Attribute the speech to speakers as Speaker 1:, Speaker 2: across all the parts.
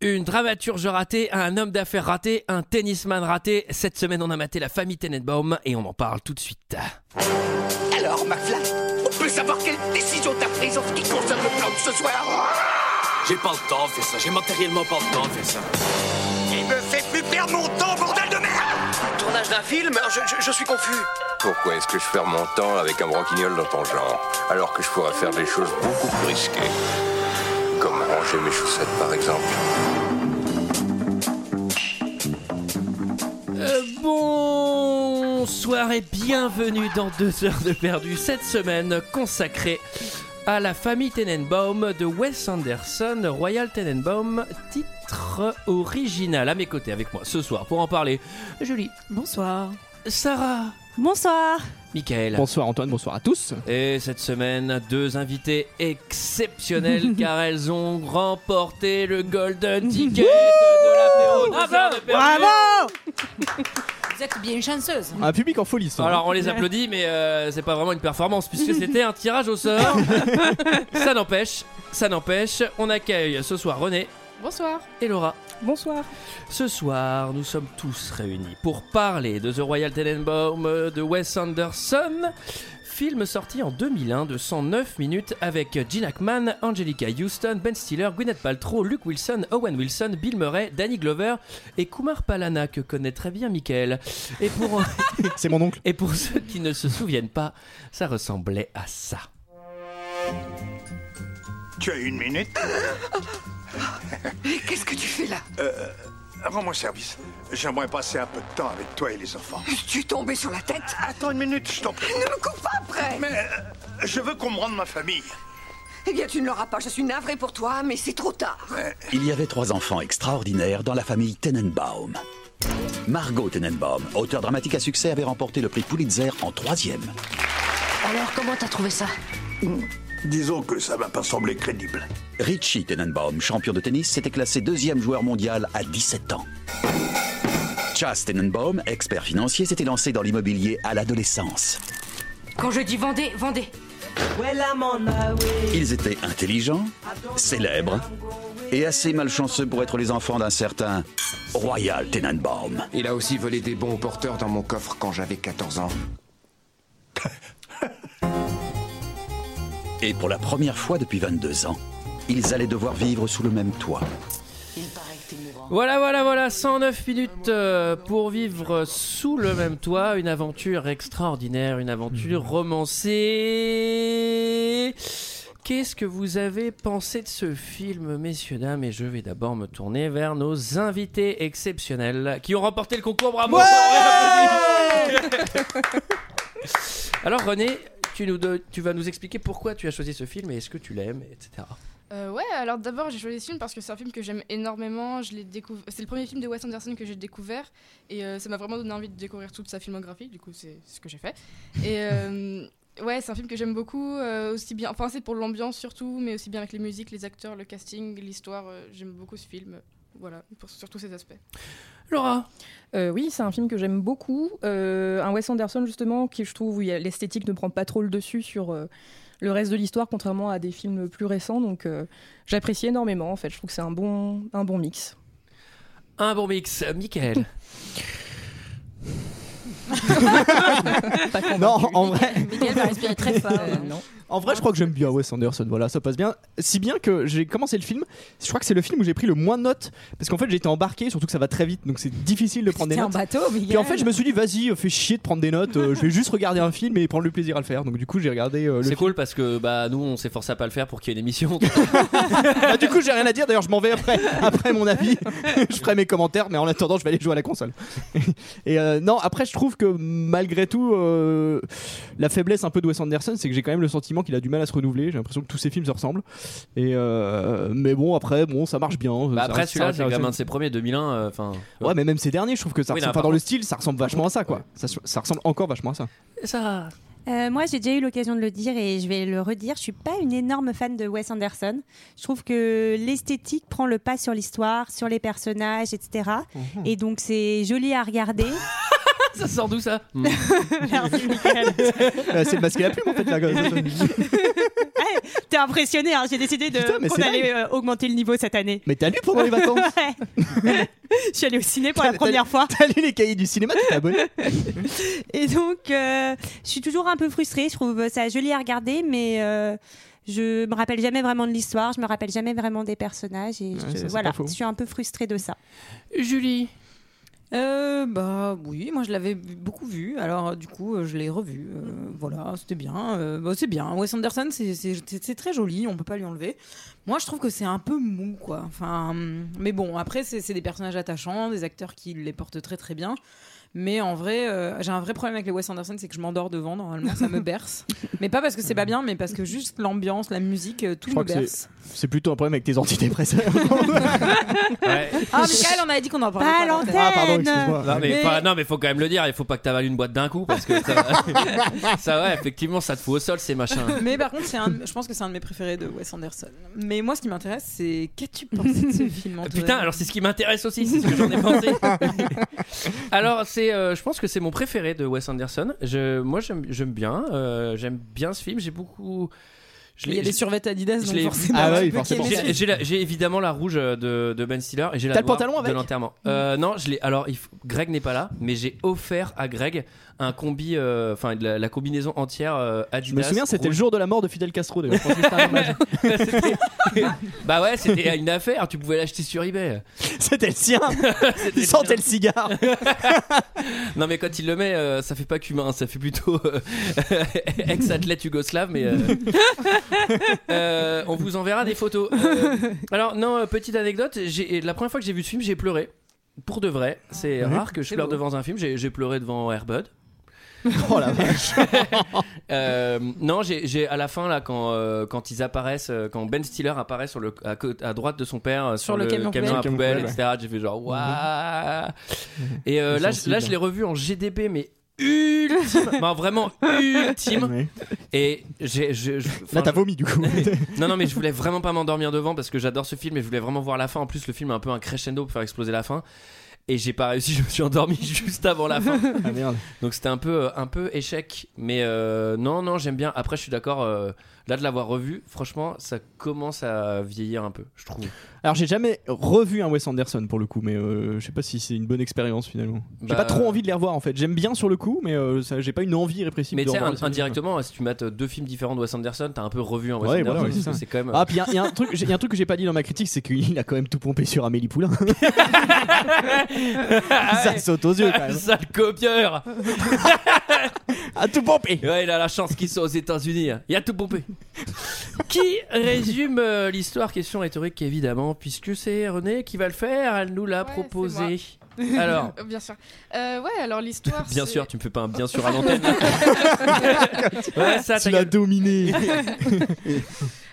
Speaker 1: Une dramaturge ratée, un homme d'affaires raté, un tennisman raté. Cette semaine, on a maté la famille Tenenbaum et on en parle tout de suite.
Speaker 2: Alors, McFly, on peut savoir quelle décision t'as prise en ce qui concerne le plan de ce soir
Speaker 3: J'ai pas le temps de faire ça, j'ai matériellement pas le temps de faire ça.
Speaker 2: Il me fait plus perdre mon temps, bordel de merde
Speaker 4: Tournage d'un film je, je- je suis confus.
Speaker 5: Pourquoi est-ce que je perds mon temps avec un broquignol dans ton genre Alors que je pourrais faire des choses beaucoup plus risquées. Comme ranger mes chaussettes par exemple.
Speaker 1: Euh, bonsoir et bienvenue dans deux heures de perdu cette semaine consacrée à la famille Tenenbaum de Wes Anderson, Royal Tenenbaum, titre original. À mes côtés avec moi ce soir pour en parler, Julie,
Speaker 6: Bonsoir.
Speaker 1: Sarah,
Speaker 6: Bonsoir.
Speaker 1: Michael.
Speaker 7: Bonsoir Antoine, bonsoir à tous.
Speaker 1: Et cette semaine, deux invités exceptionnels car elles ont remporté le Golden Ticket de l'apéro. des heures de perdu.
Speaker 6: Vous êtes bien chanceuse.
Speaker 7: Un public en folie, ça. hein.
Speaker 1: Alors on les applaudit, mais euh, c'est pas vraiment une performance puisque c'était un tirage au sort. ça n'empêche, ça n'empêche, on accueille ce soir René
Speaker 6: Bonsoir.
Speaker 1: et Laura.
Speaker 6: Bonsoir.
Speaker 1: Ce soir, nous sommes tous réunis pour parler de The Royal Tenenbaum euh, de Wes Anderson. Film sorti en 2001 de 109 minutes avec Gene Hackman, Angelica Houston, Ben Stiller, Gwyneth Paltrow, Luke Wilson, Owen Wilson, Bill Murray, Danny Glover et Kumar Palana que connaît très bien Michael. Et pour
Speaker 7: C'est mon oncle.
Speaker 1: et pour ceux qui ne se souviennent pas, ça ressemblait à ça.
Speaker 8: Tu as une minute
Speaker 2: Qu'est-ce que tu fais là
Speaker 8: Rends-moi service. J'aimerais passer un peu de temps avec toi et les enfants.
Speaker 2: Tu es tombé sur la tête
Speaker 8: Attends une minute, je t'en prie.
Speaker 2: Ne me coupe pas après
Speaker 8: Mais euh, je veux qu'on me rende ma famille.
Speaker 2: Eh bien, tu ne l'auras pas, je suis navrée pour toi, mais c'est trop tard
Speaker 9: Il y avait trois enfants extraordinaires dans la famille Tenenbaum. Margot Tenenbaum, auteur dramatique à succès, avait remporté le prix Pulitzer en troisième.
Speaker 4: Alors, comment t'as trouvé ça
Speaker 8: Disons que ça m'a pas semblé crédible.
Speaker 9: Richie Tenenbaum, champion de tennis, s'était classé deuxième joueur mondial à 17 ans. Chas Tenenbaum, expert financier, s'était lancé dans l'immobilier à l'adolescence.
Speaker 4: Quand je dis vendez, vendez.
Speaker 9: Ils étaient intelligents, célèbres et assez malchanceux pour être les enfants d'un certain Royal Tenenbaum.
Speaker 10: Il a aussi volé des bons porteurs dans mon coffre quand j'avais 14 ans.
Speaker 9: Et pour la première fois depuis 22 ans, ils allaient devoir vivre sous le même toit.
Speaker 1: Voilà, voilà, voilà, 109 minutes euh, pour vivre sous le même toit, une aventure extraordinaire, une aventure romancée. Qu'est-ce que vous avez pensé de ce film, messieurs, dames Et je vais d'abord me tourner vers nos invités exceptionnels qui ont remporté le concours. Bravo Alors René, tu, nous don- tu vas nous expliquer pourquoi tu as choisi ce film et est-ce que tu l'aimes, etc.
Speaker 11: Euh, ouais, alors d'abord j'ai choisi ce film parce que c'est un film que j'aime énormément. Je l'ai découvert. C'est le premier film de Wes Anderson que j'ai découvert et euh, ça m'a vraiment donné envie de découvrir toute sa filmographie. Du coup, c'est ce que j'ai fait. Et euh, ouais, c'est un film que j'aime beaucoup euh, aussi bien. Enfin, c'est pour l'ambiance surtout, mais aussi bien avec les musiques, les acteurs, le casting, l'histoire. euh, j'aime beaucoup ce film. Voilà, pour, sur tous ces aspects.
Speaker 1: Laura
Speaker 6: Euh, oui, c'est un film que j'aime beaucoup. Euh, un Wes Anderson, justement, qui, je trouve, où il y a- l'esthétique ne prend pas trop le dessus sur euh, le reste de l'histoire, contrairement à des films plus récents. Donc, euh, j'apprécie énormément, en fait. Je trouve que c'est un bon, un bon mix.
Speaker 1: Un bon mix, Euh, Michael.
Speaker 7: Non, en vrai,
Speaker 6: Miguel va respirer très fort. Euh, non.
Speaker 7: en vrai, je crois que j'aime bien Wes Anderson. Voilà, ça passe bien. Si bien que j'ai commencé le film, je crois que c'est le film où j'ai pris le moins de notes parce qu'en fait, j'étais embarqué, surtout que ça va très vite, donc c'est difficile de prendre des
Speaker 6: C'était un
Speaker 7: notes.
Speaker 6: bateau, Miguel.
Speaker 7: Puis en fait, je me suis dit, vas-y, euh, fais chier de prendre des notes. euh, je vais juste regarder un film et prendre le plaisir à le faire. Donc du coup, j'ai regardé euh, le.
Speaker 1: C'est
Speaker 7: film.
Speaker 1: cool parce que bah nous on s'est forcé à pas le faire pour qu'il y ait une émission.
Speaker 7: Ah, du coup, j'ai rien à dire. D'ailleurs, je m'en vais après, après mon avis. je ferai mes commentaires, mais en attendant, je vais aller jouer à la console. Et euh, non, après, je trouve que malgré tout, euh, la faiblesse un peu de Wes Anderson, c'est que j'ai quand même le sentiment qu'il a du mal à se renouveler. J'ai l'impression que tous ses films se ressemblent. Et euh, mais bon, après, bon, ça marche bien.
Speaker 1: Bah,
Speaker 7: Ça
Speaker 1: après
Speaker 7: reste-
Speaker 1: celui-là
Speaker 7: ça
Speaker 1: c'est quand
Speaker 7: reste-
Speaker 1: même un de ses premiers 2001. Enfin.
Speaker 7: Ouais, mais même ces derniers, je trouve que ça
Speaker 1: Oui,
Speaker 7: ressemble.
Speaker 1: non,
Speaker 7: Enfin,
Speaker 1: par
Speaker 7: dans le
Speaker 1: contre-
Speaker 7: style, ça ressemble vachement à ça, quoi. Ça, ça ressemble encore vachement à ça.
Speaker 1: ça.
Speaker 6: Euh, moi, j'ai déjà eu l'occasion de le dire et je vais le redire. Je suis pas une énorme fan de Wes Anderson. Je trouve que l'esthétique prend le pas sur l'histoire, sur les personnages, etc.
Speaker 12: Mhm.
Speaker 6: Et donc, c'est joli à regarder.
Speaker 1: Ça sort d'où ça
Speaker 7: Euh, c'est le masque et la plume, en fait. Là, quoi.
Speaker 6: Hey,
Speaker 13: j'étais impressionnée. hein. J'ai décidé de
Speaker 7: Putain, mais
Speaker 13: qu'on
Speaker 7: c'est
Speaker 13: allait euh, augmenter le niveau cette année.
Speaker 7: Mais t'as lu pendant les vacances
Speaker 13: Ouais. Je suis allée au ciné pour la
Speaker 7: T'as-
Speaker 13: première fois.
Speaker 7: T'as lu les cahiers du cinéma, tu t'es abonné
Speaker 13: Et donc, euh, je suis toujours un peu frustrée. Je trouve ça joli à regarder, mais euh, je me rappelle jamais vraiment de l'histoire. Je me rappelle jamais vraiment des personnages. Et je-
Speaker 12: ça, c'est
Speaker 13: voilà,
Speaker 12: pas faux.
Speaker 13: je suis un peu frustrée de ça.
Speaker 1: Julie
Speaker 12: euh, bah oui, moi je l'avais beaucoup vu, alors du coup euh, je l'ai revu. euh, Voilà, c'était bien. euh, bah, c'est bien. Wes Anderson, c'est- c'est c'est- c'est très joli, on peut pas lui enlever. Moi je trouve que c'est un peu mou, quoi. Enfin, hum, mais bon, après c'est c'est des personnages attachants, des acteurs qui les portent très très bien. Mais en vrai, euh, j'ai un vrai problème avec les Wes Anderson, c'est que je m'endors devant normalement, ça me berce. mais pas parce que c'est pas bien, mais parce que juste l'ambiance, la musique, euh, tout
Speaker 7: Je crois
Speaker 12: me
Speaker 7: que
Speaker 12: berce.
Speaker 7: c'est- c'est plutôt un problème avec tes antidépresseurs.
Speaker 12: Ah, Michael, on avait dit qu'on en parlait. Pas
Speaker 7: Ah, pardon, excuse-moi.
Speaker 1: Non mais, enfin, non, mais faut quand même le dire, il faut pas que t'avales une boîte d'un coup parce que ça, ça ouais, effectivement ça te fout au sol ces machins.
Speaker 12: Mais par contre, c'est un, je pense que c'est un de mes préférés de Wes Anderson. Mais moi, ce qui m'intéresse, c'est qu'as-tu pensé de ce film Antoine
Speaker 1: Putain, alors c'est ce qui m'intéresse aussi, c'est ce que j'en ai pensé. alors c'est, euh, je pense que c'est mon préféré de Wes Anderson. Je, moi j'aime, j'aime bien, euh, j'aime bien ce film. J'ai beaucoup. je
Speaker 12: Il
Speaker 1: l'ai-
Speaker 12: y a des
Speaker 1: je-
Speaker 12: survêtements Adidas,
Speaker 1: je
Speaker 12: donc
Speaker 1: l'ai-
Speaker 12: forcément. Ah ouais, tu peux forcément. qu'aimer ce
Speaker 1: J'ai, j'ai la- j'ai évidemment la rouge euh, de, de Ben Stiller et j'ai la
Speaker 7: T'as le
Speaker 1: noire
Speaker 7: pantalon
Speaker 1: de
Speaker 7: avec
Speaker 1: l'enterrement. Euh, non, je l'ai. Alors il faut- Greg n'est pas là, mais j'ai offert à Greg un combi, euh, enfin la, la combinaison entière euh, Adidas.
Speaker 7: Je me souviens, c'était le
Speaker 1: rouge.
Speaker 7: jour de la mort de Fidel Castro. d'ailleurs.
Speaker 1: Bah ouais, c'était une affaire. Tu pouvais l'acheter sur eBay.
Speaker 7: C'était le sien. Il sentait le cigare.
Speaker 1: Non mais quand il le met, euh, ça fait pas qu'humain, ça fait plutôt euh, ex-athlète yougoslave. Mais euh, euh, on vous enverra des photos. Euh, alors non, euh, petite anecdote. j'ai- La première fois que j'ai vu ce film, j'ai pleuré. Pour de vrai, c'est
Speaker 7: Mhm.
Speaker 1: rare que je
Speaker 7: C'est
Speaker 1: pleure
Speaker 7: beau.
Speaker 1: devant un film. J'ai j'ai pleuré devant Airbud.
Speaker 7: Oh la vache.
Speaker 1: Euh, non, j'ai j'ai- à la fin là quand euh, quand ils apparaissent, euh, quand Ben Stiller apparaît sur le à, côté- à droite de son père euh, sur,
Speaker 12: le camion
Speaker 1: à
Speaker 12: poubelle.
Speaker 1: poubelle,
Speaker 12: Ouais. Mhm.
Speaker 1: etc. J'ai fait genre waouh. Et euh,
Speaker 12: Ils
Speaker 1: là,
Speaker 12: sont
Speaker 1: je- là,
Speaker 12: sensibles.
Speaker 1: je l'ai revu en GDP, mais ultime, Non, vraiment ultime. Et j'ai je- je-
Speaker 7: Là,
Speaker 1: enfin,
Speaker 7: t'as vomi du coup.
Speaker 1: non, non, mais je voulais vraiment pas m'endormir devant parce que j'adore ce film et je voulais vraiment voir la fin. En plus, le film a un peu un crescendo pour faire exploser la fin. Et j'ai pas réussi, je me suis endormi juste avant la fin.
Speaker 7: Ah, merde.
Speaker 1: Donc c'était un peu, euh, un peu échec. Mais euh, non, non, j'aime bien. Après, je suis d'accord. euh, là, de l'avoir revu, franchement, ça commence à vieillir un peu, je trouve.
Speaker 7: Alors j'ai jamais revu un Wes Anderson pour le coup, mais euh, je sais pas si c'est une bonne expérience finalement. J'ai
Speaker 1: Bah,
Speaker 7: pas trop envie de les revoir en fait. J'aime bien sur le coup, mais euh, ça- j'ai pas une envie répressive.
Speaker 1: Mais
Speaker 7: de
Speaker 1: tu sais,
Speaker 7: revoir
Speaker 1: un-
Speaker 7: Wes Anderson.
Speaker 1: indirectement, si tu mates euh, deux films différents de Wes Anderson, t'as un peu revu en Wes
Speaker 7: Ouais,
Speaker 1: Anderson.
Speaker 7: voilà, ouais,
Speaker 1: parce
Speaker 7: c'est
Speaker 1: que
Speaker 7: ça.
Speaker 1: c'est quand même.
Speaker 7: Ah puis il y, a un truc, il y a un truc que j'ai pas dit dans ma critique, c'est qu'il a quand même tout pompé sur Amélie Poulain. bah, ça saute aux yeux quand même.
Speaker 1: Sale copieur
Speaker 7: A Ah, tout pompé
Speaker 1: Ouais, il a la chance qu'il soit aux États-Unis. hein. Il a tout pompé. qui résume euh, l'histoire Question rhétorique, évidemment, puisque c'est René qui va le faire. Elle nous l'a proposé.
Speaker 11: moi.
Speaker 1: Alors,
Speaker 11: Bien sûr. Euh, ouais, alors l'histoire.
Speaker 1: bien
Speaker 11: c'est-
Speaker 1: sûr, tu me fais pas un bien sûr à l'antenne. ouais, ça,
Speaker 7: tu
Speaker 1: ta
Speaker 7: l'as
Speaker 1: gueule.
Speaker 7: dominé.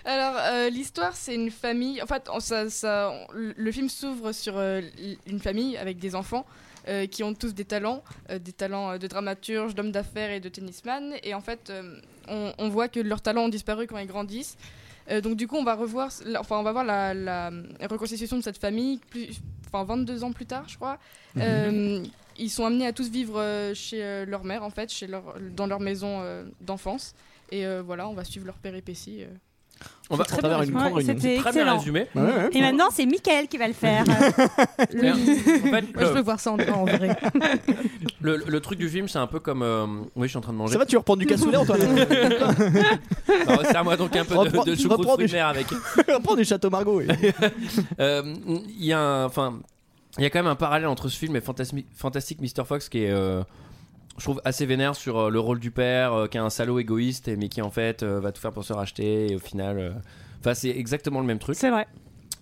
Speaker 11: Alors, euh, l'histoire, c'est une famille. En fait, on- ça, ça- on- le film s'ouvre sur euh, l- une famille avec des enfants euh, qui ont tous des talents, euh, des talents euh, de dramaturge, d'homme d'affaires et de tennisman. Et en fait, euh, on, on voit que leurs talents ont disparu quand ils grandissent. Euh, donc, du coup, on va revoir, la- enfin, on va voir la, la reconstitution de cette famille, plus, enfin, 22 ans plus tard, je crois. Euh, ils sont amenés à tous vivre euh, chez euh, leur mère, en fait, chez leur, dans leur maison euh, d'enfance. Et euh, voilà, on va suivre leurs péripéties. euh.
Speaker 1: On va
Speaker 13: C'est très bien résumé. Ouais,
Speaker 1: C'est
Speaker 13: C'était
Speaker 1: très bien
Speaker 13: excellent.
Speaker 1: résumé.
Speaker 13: Et maintenant, c'est Michael qui va le faire.
Speaker 1: Bien. En fait,
Speaker 6: Moi, je
Speaker 1: le-
Speaker 6: veux voir ça en, en vrai.
Speaker 1: Le, le truc du film, c'est un peu comme. euh, Oui, je suis en train de manger. Ah
Speaker 7: Ça va, tu reprends du cassoulet Antoine
Speaker 1: Alors, Serre-moi donc un peu
Speaker 7: Reprends-
Speaker 1: de, de choucroute
Speaker 7: reprends
Speaker 1: fruits
Speaker 7: du-
Speaker 1: de mer avec.
Speaker 7: Reprends du Château Margot. oui.
Speaker 1: Euh, Il y a un, enfin, il y a quand même un parallèle entre ce film et Fantasmi- Fantastic Mr Fox qui est, euh, je trouve, assez vénère sur euh, le rôle du père, euh, qui est un salaud égoïste, et- mais qui en fait euh, va tout faire pour se racheter et au final, euh, enfin, c'est exactement le même truc.
Speaker 13: C'est vrai.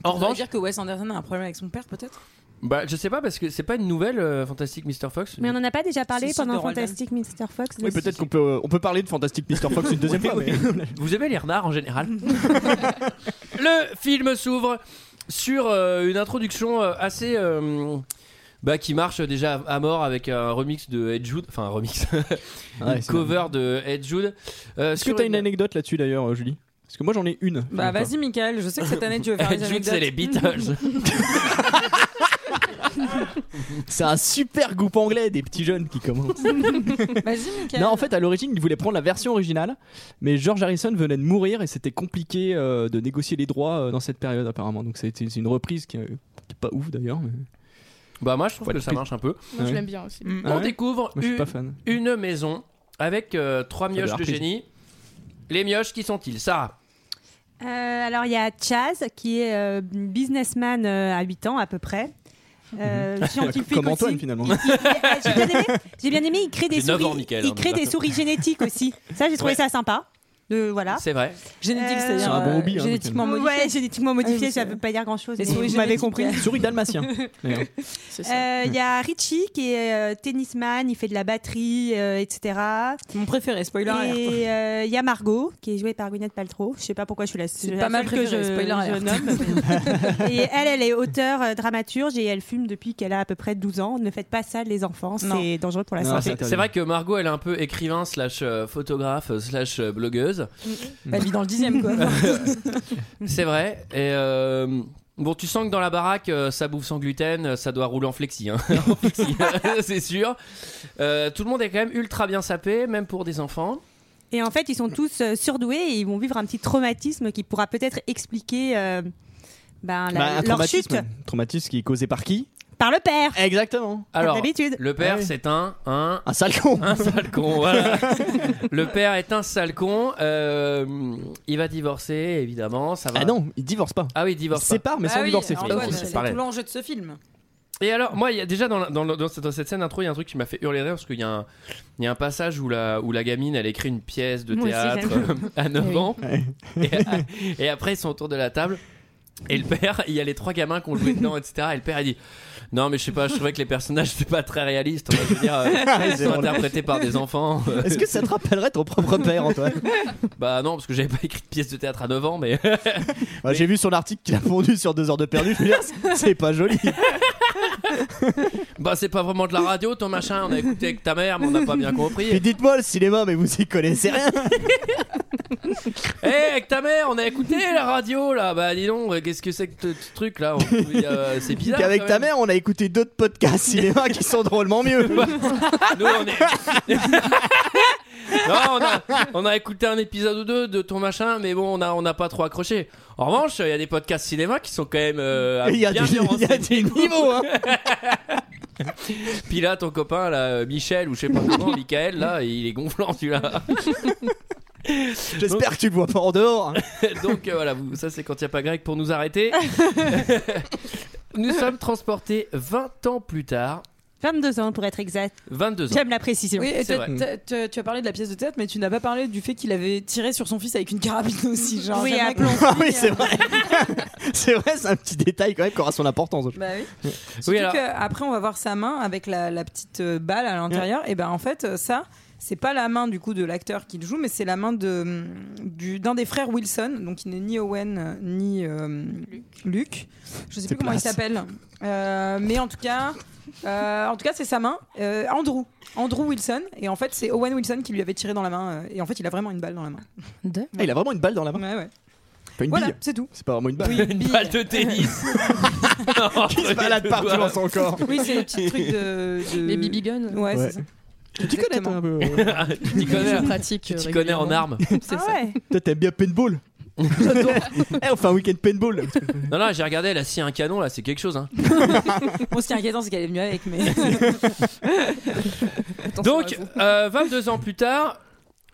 Speaker 1: En
Speaker 12: On va
Speaker 1: revanche,
Speaker 12: dire que Wes Anderson a un problème avec son père, peut-être
Speaker 1: bah, je sais pas parce que c'est pas une nouvelle euh, Fantastic Mr Fox.
Speaker 13: Mais on en a pas déjà parlé
Speaker 12: Si, si, de
Speaker 13: pendant
Speaker 12: Roald Dahl.
Speaker 13: Fantastic Mr. Fox.
Speaker 7: Oui, peut-être qu'on peut, euh, on peut parler de Fantastic Mr. Fox une deuxième fois. mais-
Speaker 1: Vous aimez les renards en général Le film s'ouvre sur euh, une introduction euh, assez. euh, bah, qui marche déjà à à mort avec un remix de Ed Jude, enfin un remix, une
Speaker 7: Ouais, c'est
Speaker 1: cover de Ed Jude. Euh,
Speaker 7: Est-ce que
Speaker 1: sur
Speaker 7: t'as une anecdote là-dessus d'ailleurs, euh, Julie Parce que moi j'en ai une.
Speaker 12: Bah, vas-y, Michael, je sais que cette année, tu veux faire
Speaker 1: Ed
Speaker 12: des
Speaker 1: Jude, c'est
Speaker 12: anecdotes.
Speaker 1: les Beatles.
Speaker 7: C'est un super groupe anglais des petits jeunes qui commencent.
Speaker 12: Vas-y, Mickaël.
Speaker 7: Non, en fait, à l'origine, ils voulaient prendre la version originale, mais George Harrison venait de mourir et c'était compliqué euh, de négocier les droits euh, dans cette période, apparemment. Donc, c'est c'est une reprise qui, euh, qui est pas ouf d'ailleurs.
Speaker 1: Bah, moi, je trouve que ça marche un peu.
Speaker 11: Moi, je l'aime bien aussi.
Speaker 1: On découvre
Speaker 7: Ah Moi, je suis
Speaker 1: une-
Speaker 7: pas fan.
Speaker 1: une maison avec euh, trois
Speaker 7: Ça
Speaker 1: mioches
Speaker 7: doit
Speaker 1: de
Speaker 7: RPG.
Speaker 1: génie. Les mioches, qui sont-ils Sarah
Speaker 13: Euh, alors il y a Chaz qui est euh, businessman euh, à 8 ans à peu près. Euh, scientifique
Speaker 7: Mhm. Comme Antoine,
Speaker 13: aussi.
Speaker 7: finalement.
Speaker 13: J'ai bien aimé, il crée des
Speaker 7: J'ai neuf
Speaker 13: souris,
Speaker 7: ans, Mickaël,
Speaker 13: il
Speaker 7: hein,
Speaker 13: crée
Speaker 7: déjà.
Speaker 13: des souris génétiques aussi. Ça j'ai trouvé
Speaker 1: Ouais.
Speaker 13: ça sympa. Euh,
Speaker 7: Ah.
Speaker 13: voilà.
Speaker 1: C'est vrai.
Speaker 12: Génétique,
Speaker 13: Euh,
Speaker 12: c'est-à-dire, C'est un bon euh, hobby, hein, génétiquement Mickaël. modifié.
Speaker 13: Ouais, génétiquement
Speaker 12: Ah oui,
Speaker 13: modifié,
Speaker 12: oui,
Speaker 13: ça
Speaker 12: c'est
Speaker 13: veut
Speaker 12: vrai.
Speaker 13: pas dire grand-chose.
Speaker 12: Les
Speaker 13: mais
Speaker 12: souris
Speaker 13: vous m'avez
Speaker 12: génétiques.
Speaker 13: compris.
Speaker 7: Souris dalmatien. d'ailleurs.
Speaker 13: Euh, Il y a Richie qui est euh, tennisman, il fait de la batterie, euh, etc.
Speaker 12: Mon préféré, spoiler alert.
Speaker 13: Et euh, il y a Margot qui est jouée par Gwyneth Paltrow. Je sais pas pourquoi je suis la,
Speaker 12: C'est
Speaker 13: la
Speaker 12: pas mal
Speaker 13: seule que
Speaker 12: préféré,
Speaker 13: je,
Speaker 12: spoiler
Speaker 13: je
Speaker 12: alert.
Speaker 13: nomme. et elle, elle est auteure, euh, dramaturge et elle fume depuis qu'elle a à peu près 12 ans. Ne faites pas ça les enfants, c'est dangereux pour la
Speaker 1: Non,
Speaker 13: santé.
Speaker 1: c'est c'est vrai que Margot, elle est un peu écrivain, slash euh, photographe, slash euh, blogueuse.
Speaker 12: Elle vit dans le dixième, quoi.
Speaker 1: c'est vrai. Et euh, bon, tu sens que dans la baraque, euh, ça bouffe sans gluten, euh, ça doit rouler en flexi. hein. En flexi, c'est sûr. Euh, tout le monde est quand même ultra bien sapé, même pour des enfants.
Speaker 13: Et en fait, ils sont tous euh, surdoués et ils vont vivre un petit traumatisme qui pourra peut-être expliquer euh, ben, la-
Speaker 7: Bah, un
Speaker 13: leur
Speaker 7: traumatisme.
Speaker 13: chute
Speaker 7: Traumatisme qui est causé par qui
Speaker 13: par le père.
Speaker 7: Exactement.
Speaker 1: Alors,
Speaker 13: d'habitude.
Speaker 1: le père,
Speaker 13: Ouais.
Speaker 1: c'est un, un.
Speaker 7: Un sale con.
Speaker 1: Un sale con, voilà. le père est un sale con. euh, il va divorcer, évidemment. Ça va.
Speaker 7: Ah non, il divorce pas.
Speaker 1: Ah oui, il divorce.
Speaker 7: Il se sépare, mais sans
Speaker 12: Ah oui,
Speaker 7: divorcer.
Speaker 12: Antoine,
Speaker 1: Oui, c'est
Speaker 12: C'est
Speaker 1: pareil.
Speaker 12: tout l'enjeu de ce film.
Speaker 1: Et alors, moi, il y a déjà dans, la- dans, le- dans cette, dans cette scène intro, il y a un truc qui m'a fait hurler de rire parce qu'il y, a un- il y a un passage où la, où la gamine, elle écrit une pièce de
Speaker 14: Moi aussi,
Speaker 1: théâtre euh,
Speaker 14: j'aime.
Speaker 1: à 9
Speaker 14: Oui.
Speaker 1: ans. Et, et après, ils sont autour de la table. Et le père, il y a les trois gamins qui ont joué dedans, etc. Et le père, il dit Non, mais je sais pas, je trouvais que les personnages n'étaient pas très réalistes. On va se dire, euh, ils
Speaker 7: Ah, C'est
Speaker 1: sont
Speaker 7: drôle.
Speaker 1: interprétés par des enfants. Euh,
Speaker 7: Est-ce que ça te rappellerait ton propre père, Antoine
Speaker 1: Bah non, parce que j'avais pas écrit de pièce de théâtre à 9 ans, mais. euh,
Speaker 7: Bah, J'ai vu son article qu'il a fondu sur deux heures de perdu. Je veux dire, c'est- c'est pas joli.
Speaker 1: bah c'est pas vraiment de la radio, ton machin. On a écouté avec ta mère, mais on n'a pas bien compris.
Speaker 7: Puis dites-moi le cinéma, mais vous y connaissez rien.
Speaker 1: Eh, avec ta mère, on a écouté la radio là. Bah dis donc, euh, qu'est-ce que c'est que ce ce truc là On- il y a- C'est bizarre.
Speaker 7: Qu'avec
Speaker 1: quand
Speaker 7: ta
Speaker 1: même.
Speaker 7: mère, on a écouté d'autres podcasts cinéma qui sont drôlement mieux.
Speaker 1: Nous, on est- Non, on a, on a écouté un épisode ou deux de ton machin, mais bon, on n'a on a pas trop accroché. En revanche, il y a des podcasts cinéma qui sont quand même. euh,
Speaker 7: Il y a
Speaker 1: bien
Speaker 7: du-
Speaker 1: bien
Speaker 7: il y a
Speaker 1: renseignés.
Speaker 7: du niveau, hein.
Speaker 1: Puis là, ton copain, là, euh, Michel ou je sais pas comment, Michael, là, il est gonflant celui-là.
Speaker 7: J'espère que tu le vois pas en dehors. hein.
Speaker 1: Donc euh, voilà, vous- ça c'est quand il n'y a pas Greg pour nous arrêter. nous sommes transportés 20 ans plus tard.
Speaker 13: 22 ans pour être exact.
Speaker 1: 22 ans.
Speaker 13: J'aime la précision.
Speaker 12: Oui, et
Speaker 1: C'est
Speaker 12: t'as-
Speaker 1: vrai.
Speaker 12: t'as- t'as- tu as parlé de la pièce de théâtre, mais tu n'as pas parlé du fait qu'il avait tiré sur son fils avec une carabine aussi. Genre,
Speaker 13: Oui,
Speaker 12: j'aimerais
Speaker 13: à
Speaker 12: que l'on-
Speaker 7: Ah oui, c'est vrai. c'est vrai, c'est un petit détail quand même qui aura son importance.
Speaker 12: Bah oui.
Speaker 7: Oui,
Speaker 12: Surtout
Speaker 7: alors-
Speaker 12: qu'après, on va voir sa main avec la, la petite euh, balle à l'intérieur. Et ben en fait, euh, ça, c'est pas la main du coup de l'acteur qui le joue, mais c'est la main de, hum, du- d'un des frères Wilson. Donc il n'est ni Owen euh, ni euh, Luke. Je sais
Speaker 13: C'est
Speaker 12: plus comment il
Speaker 13: place.
Speaker 12: s'appelle. Euh, mais en tout cas. euh, en tout cas, c'est sa main, Euh, Andrew, Andrew Wilson, et en fait c'est Owen Wilson qui lui avait tiré dans la main, euh, et en fait il a vraiment une balle dans la main.
Speaker 7: Ah, il a vraiment une balle dans la main.
Speaker 12: Ouais, ouais.
Speaker 7: Pas une
Speaker 12: Voilà,
Speaker 7: bille.
Speaker 12: c'est tout.
Speaker 7: C'est pas vraiment une balle.
Speaker 12: Oui, une Une bille. balle
Speaker 1: de tennis.
Speaker 7: qui se balade partout dans son corps.
Speaker 12: Oui, c'est les petits trucs de, de-
Speaker 4: Les BB guns.
Speaker 12: Ouais,
Speaker 7: Ouais.
Speaker 12: c'est ça.
Speaker 7: Tu t'y connais toi, un peu. euh,
Speaker 1: tu t'y connais,
Speaker 4: Je pratique,
Speaker 1: tu t'y
Speaker 4: euh,
Speaker 1: connais en armes.
Speaker 12: C'est
Speaker 13: Ah
Speaker 12: ça.
Speaker 7: Toi, t'aimes bien paintball. Eh, on fait un week-end paintball.
Speaker 1: Non, non, j'ai regardé, elle a scié un canon là, c'est quelque chose. Hein.
Speaker 12: Bon, ce qui est inquiétant, c'est qu'elle est venue avec, mais.
Speaker 1: Donc, euh, 22 ans plus tard,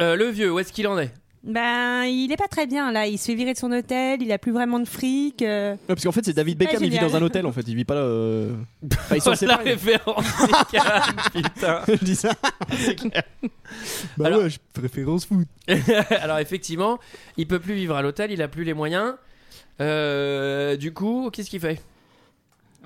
Speaker 1: euh, le vieux, où est-ce qu'il en est
Speaker 13: Ben, il est pas très bien là. Il se fait virer de son hôtel. Il a plus vraiment de fric. euh.
Speaker 7: Ouais, parce qu'en fait, c'est David
Speaker 13: C'est pas
Speaker 7: Beckham, il vit
Speaker 13: génial.
Speaker 7: dans un hôtel en fait, il vit pas là. euh, enfin, ils sont
Speaker 1: Voilà la
Speaker 7: séparés.
Speaker 1: référence. Putain.
Speaker 7: Je dis ça, c'est clair. Bah ouais, je préférence foot.
Speaker 1: Alors effectivement, il peut plus vivre à l'hôtel, il a plus les moyens. Euh, du coup, qu'est-ce qu'il fait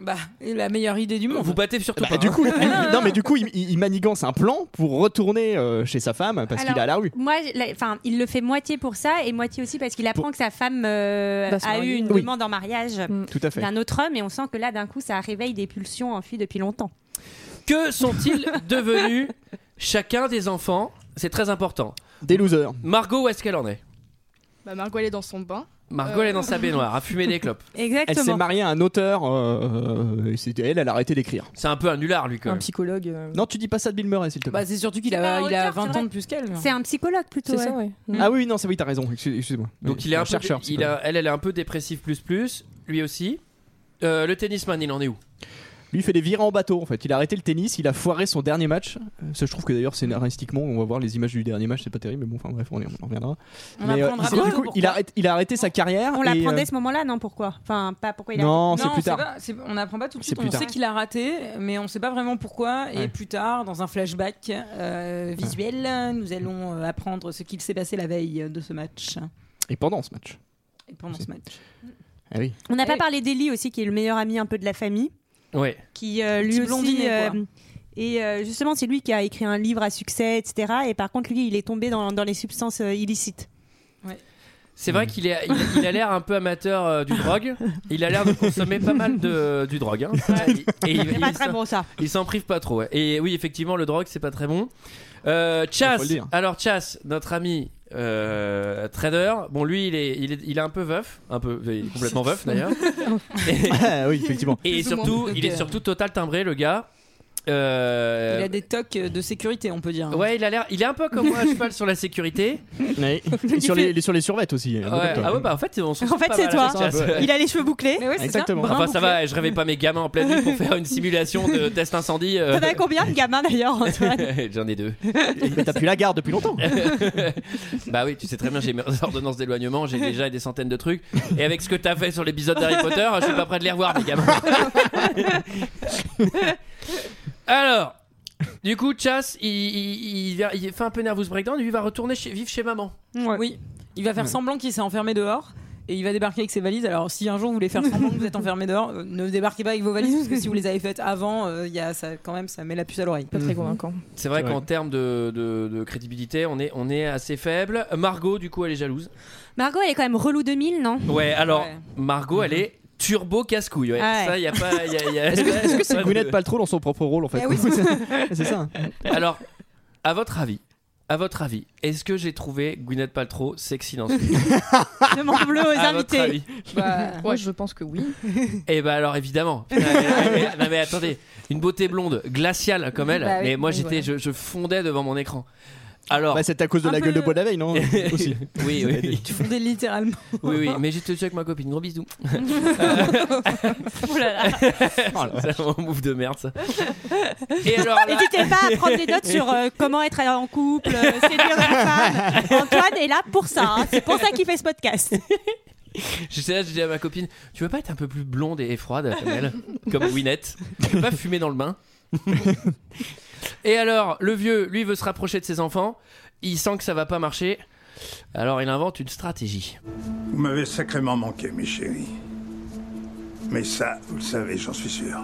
Speaker 12: Bah, la meilleure idée du monde.
Speaker 1: Vous battez surtout pas.
Speaker 7: Bah, du
Speaker 1: hein.
Speaker 7: coup, il- non, mais du coup, il, il- il manigance un plan pour retourner euh, chez sa femme parce qu'il est
Speaker 13: Alors,
Speaker 7: à la rue.
Speaker 13: Moi, je- la- enfin, il le fait moitié pour ça et moitié aussi parce qu'il apprend que sa femme euh,
Speaker 7: Va se
Speaker 13: a
Speaker 7: marier.
Speaker 13: eu une
Speaker 7: Oui.
Speaker 13: demande en mariage
Speaker 7: Tout à fait.
Speaker 13: d'un autre homme et on sent que là, d'un coup, ça réveille des pulsions enfuies depuis longtemps.
Speaker 1: Que sont-ils devenus chacun des enfants C'est très important.
Speaker 7: Des losers.
Speaker 1: Margot, où est-ce qu'elle en est
Speaker 11: Bah, Margot, elle est dans son bain.
Speaker 1: Margot, elle est dans sa baignoire, à fumer des clopes.
Speaker 13: Exactement.
Speaker 7: Elle s'est mariée à un auteur, euh, euh, et c'était elle, elle a arrêté d'écrire.
Speaker 1: C'est un peu un nulard, lui, quand
Speaker 7: Un
Speaker 1: même.
Speaker 6: psychologue.
Speaker 7: Non, tu dis pas ça de Bill Murray, s'il te plaît.
Speaker 12: Bah, c'est surtout qu'il
Speaker 13: C'est
Speaker 12: a,
Speaker 13: pas un
Speaker 12: il a
Speaker 13: auteur,
Speaker 12: 20
Speaker 13: c'est
Speaker 12: ans de
Speaker 13: vrai.
Speaker 12: plus qu'elle.
Speaker 13: C'est un psychologue plutôt. ouais.
Speaker 12: Bah,
Speaker 13: Mm.
Speaker 7: Ah oui, non, c'est oui, t'as raison, excuse- excuse-moi.
Speaker 1: Donc il est un, peu-
Speaker 7: chercheur.
Speaker 1: il a- elle, elle est un peu dépressive plus plus, lui aussi. Euh, le tennisman, il en est où
Speaker 7: Lui, il fait des virées en bateau en fait. Il a arrêté le tennis, il a foiré son dernier match. Euh, Ça, je trouve que d'ailleurs, scénaristiquement, on va voir les images du dernier match, c'est pas terrible, mais bon, enfin bref, on, y- on en reviendra.
Speaker 13: On
Speaker 7: mais euh,
Speaker 13: apprendra
Speaker 7: il s'est-
Speaker 13: bientôt
Speaker 7: du coup,
Speaker 13: pourquoi.
Speaker 7: il a, arrêté, il a arrêté sa carrière.
Speaker 13: On
Speaker 7: et,
Speaker 13: l'apprendait
Speaker 7: euh,
Speaker 13: à ce moment-là, non Pourquoi Enfin, pas pourquoi il a.
Speaker 7: Non, c'est
Speaker 12: on
Speaker 7: plus
Speaker 12: sait
Speaker 7: tard.
Speaker 12: pas, c'est- on n'apprend pas tout de
Speaker 7: C'est
Speaker 12: suite.
Speaker 7: plus
Speaker 12: On
Speaker 7: tard.
Speaker 12: sait qu'il a raté, mais on ne sait pas vraiment pourquoi.
Speaker 7: Ouais.
Speaker 12: Et plus tard, dans un flashback euh, visuel, nous allons euh, apprendre ce qu'il s'est passé la veille de ce match.
Speaker 7: Et pendant ce match.
Speaker 12: Et pendant ce match.
Speaker 7: Ah oui.
Speaker 13: On n'a pas parlé d'Eli aussi, qui est le meilleur ami un peu de la famille.
Speaker 1: Ouais.
Speaker 13: qui euh,
Speaker 12: Petit
Speaker 13: lui aussi
Speaker 12: blondinet, quoi.
Speaker 13: euh, et euh, justement c'est lui qui a écrit un livre à succès etc et par contre lui il est tombé dans, dans les substances euh, illicites
Speaker 1: C'est
Speaker 7: Mm.
Speaker 1: vrai qu'il est, il, il a l'air un peu amateur euh, du drogue. Il a l'air de consommer pas mal de du drogue. hein. Et il-
Speaker 13: c'est
Speaker 1: il
Speaker 13: pas
Speaker 1: s'en-
Speaker 13: très bon ça
Speaker 1: Il s'en prive pas trop. ouais. Et oui, effectivement, le drogue, c'est pas très bon. Euh,
Speaker 7: Ah, Faut
Speaker 1: Chas,
Speaker 7: le dire.
Speaker 1: alors Chas, notre ami euh, trader, bon, lui, il est, il est, il est un peu veuf, un peu, il est complètement veuf d'ailleurs.
Speaker 7: Ah oui, effectivement.
Speaker 1: Et
Speaker 12: Plus ou moins
Speaker 1: surtout,
Speaker 12: veuf de
Speaker 1: il est
Speaker 12: guerre.
Speaker 1: surtout total timbré, le gars. Euh,
Speaker 12: Il a des tocs de sécurité, on peut dire.
Speaker 1: Ouais, il a l'air, il est un peu comme moi à cheval sur la sécurité.
Speaker 7: Ouais. Et sur, les, les- sur les survettes aussi. euh,
Speaker 1: Ouais.
Speaker 7: comme toi.
Speaker 1: Ah ouais, bah en fait, on s'en
Speaker 13: en
Speaker 1: sort
Speaker 13: fait
Speaker 1: pas
Speaker 13: c'est
Speaker 1: mal,
Speaker 13: toi
Speaker 1: Chas.
Speaker 13: il a les cheveux bouclés
Speaker 7: Exactement.
Speaker 1: Enfin, ça va, je rêvais pas mes gamins en pleine nuit pour faire une simulation de test incendie. euh.
Speaker 13: t'en as combien de gamins d'ailleurs Antoine
Speaker 1: J'en ai deux.
Speaker 7: Mais t'as plus la garde depuis longtemps.
Speaker 1: bah oui, tu sais très bien, j'ai mes ordonnances d'éloignement, j'ai déjà des centaines de trucs. Et avec ce que t'as fait sur l'épisode d'Harry Potter, je suis pas prêt de les revoir, les gamins. Alors, du coup, Chas, il, il- il- il fait un peu nervous breakdown, lui il va retourner chez- vivre chez maman.
Speaker 12: Oui, il va faire semblant qu'il s'est enfermé dehors. Et il va débarquer avec ses valises. Alors, si un jour vous voulez faire semblant que vous êtes enfermé dehors, euh, ne débarquez pas avec vos valises parce que si vous les avez faites avant, euh, il y a ça, quand même, ça met la puce à l'oreille.
Speaker 6: Pas très convaincant.
Speaker 1: C'est vrai
Speaker 7: C'est vrai.
Speaker 1: qu'en termes de, de- de crédibilité, on est, on est assez faible. Margot, du coup, elle est jalouse.
Speaker 13: Margot elle est quand même relou 2000 non
Speaker 1: Ouais, alors, Mhm.
Speaker 13: Ouais. Ah
Speaker 1: Margot, elle est turbo casse-couille. ouais.
Speaker 13: Ouais.
Speaker 1: Ça, y a pas. y a- y a-
Speaker 7: Est-ce que est-ce que c'est
Speaker 1: pas de-
Speaker 7: Gwyneth Paltrow dans son propre rôle en fait
Speaker 12: Eh oui, c'est
Speaker 7: C'est ça.
Speaker 1: Alors, à votre avis, à votre avis, est-ce que j'ai trouvé Gwyneth Paltrow sexy dans ce film
Speaker 13: demande bleu aux
Speaker 1: À votre
Speaker 13: invités
Speaker 1: avis
Speaker 11: Ah.
Speaker 12: Bah,
Speaker 6: Moi, je pense que oui.
Speaker 1: Eh ben alors évidemment. Non mais, mais- non, mais attendez, une beauté blonde glaciale comme elle.
Speaker 12: Bah oui,
Speaker 1: mais moi
Speaker 12: oui,
Speaker 1: j'étais, je,
Speaker 12: voilà.
Speaker 1: je fondais devant mon écran. Alors.
Speaker 7: Bah, c'est à cause de
Speaker 12: Un
Speaker 7: la
Speaker 12: peu-
Speaker 7: gueule de bois de la veille, non Aussi.
Speaker 1: oui, oui,
Speaker 12: tu fondais littéralement.
Speaker 1: oui, oui, mais j'étais aussi avec ma copine. Gros bisous.
Speaker 13: Oh là là.
Speaker 1: C'est un move de merde ça. Et alors là,
Speaker 13: N'hésitez pas à prendre des notes sur euh, comment être en couple, euh, séduire une femme. Antoine est là pour ça. hein. C'est pour ça qu'il fait ce podcast.
Speaker 1: j'étais là, j'ai dit à ma copine, tu veux pas être un peu plus blonde et froide comme elle, comme Winette Tu veux pas fumer dans le bain Et alors, le vieux, lui, veut se rapprocher de ses enfants. Il sent que ça va pas marcher. Alors, il invente une stratégie.
Speaker 8: Vous m'avez sacrément manqué, mes chéris. Mais ça, vous le savez, j'en suis sûr.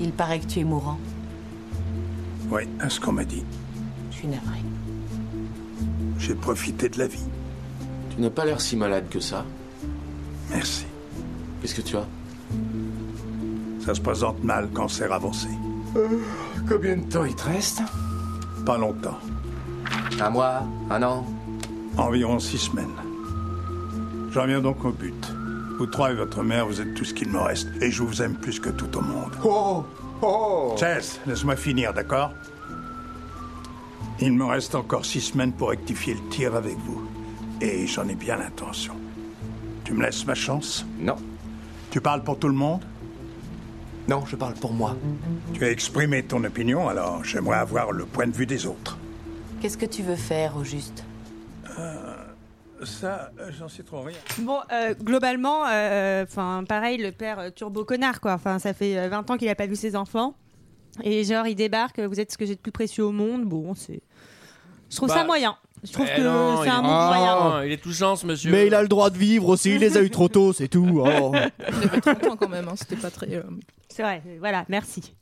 Speaker 14: Il paraît que tu es mourant.
Speaker 8: Oui, à ce qu'on m'a dit.
Speaker 14: Je suis navrée.
Speaker 8: J'ai profité de la vie.
Speaker 3: Tu n'as pas l'air si malade que ça.
Speaker 8: Merci.
Speaker 3: Qu'est-ce que tu as
Speaker 8: Ça se présente mal, cancer avancé.
Speaker 10: Euh, Combien de temps il te reste
Speaker 8: Pas longtemps.
Speaker 10: Un mois, un an.
Speaker 8: Environ six semaines. J'en viens donc au but. Vous trois et votre mère, vous êtes tout ce qu'il me reste. Et je vous aime plus que tout au monde.
Speaker 10: Oh Oh
Speaker 8: Chess, laisse-moi finir, d'accord Il me reste encore six semaines pour rectifier le tir avec vous. Et j'en ai bien l'intention. Tu me laisses ma chance
Speaker 10: Non.
Speaker 8: Tu parles pour tout le monde
Speaker 10: Non, je parle pour moi.
Speaker 8: Tu as exprimé ton opinion, alors j'aimerais avoir le point de vue des autres.
Speaker 14: Qu'est-ce que tu veux faire au juste
Speaker 8: Ça, euh, j'en sais trop rien.
Speaker 13: Bon, euh, globalement, euh, enfin, pareil, le père euh, turbo connard, quoi. Enfin, ça fait euh, 20 ans qu'il a pas vu ses enfants. Et genre, il débarque, euh, vous êtes ce que j'ai de plus précieux au monde. Bon, c'est. Je trouve
Speaker 1: Bah,
Speaker 13: ça moyen. Je trouve
Speaker 1: Eh
Speaker 13: que
Speaker 1: non,
Speaker 13: c'est
Speaker 1: il-
Speaker 13: un monde
Speaker 1: Ah,
Speaker 13: moyen.
Speaker 1: Il est touchant, ce monsieur.
Speaker 7: Mais il a le droit de vivre aussi, il les a eu trop tôt, c'est tout. Oh.
Speaker 6: Pourtant, quand même, hein, c'était pas très. euh,
Speaker 13: C'est vrai, euh, voilà, merci.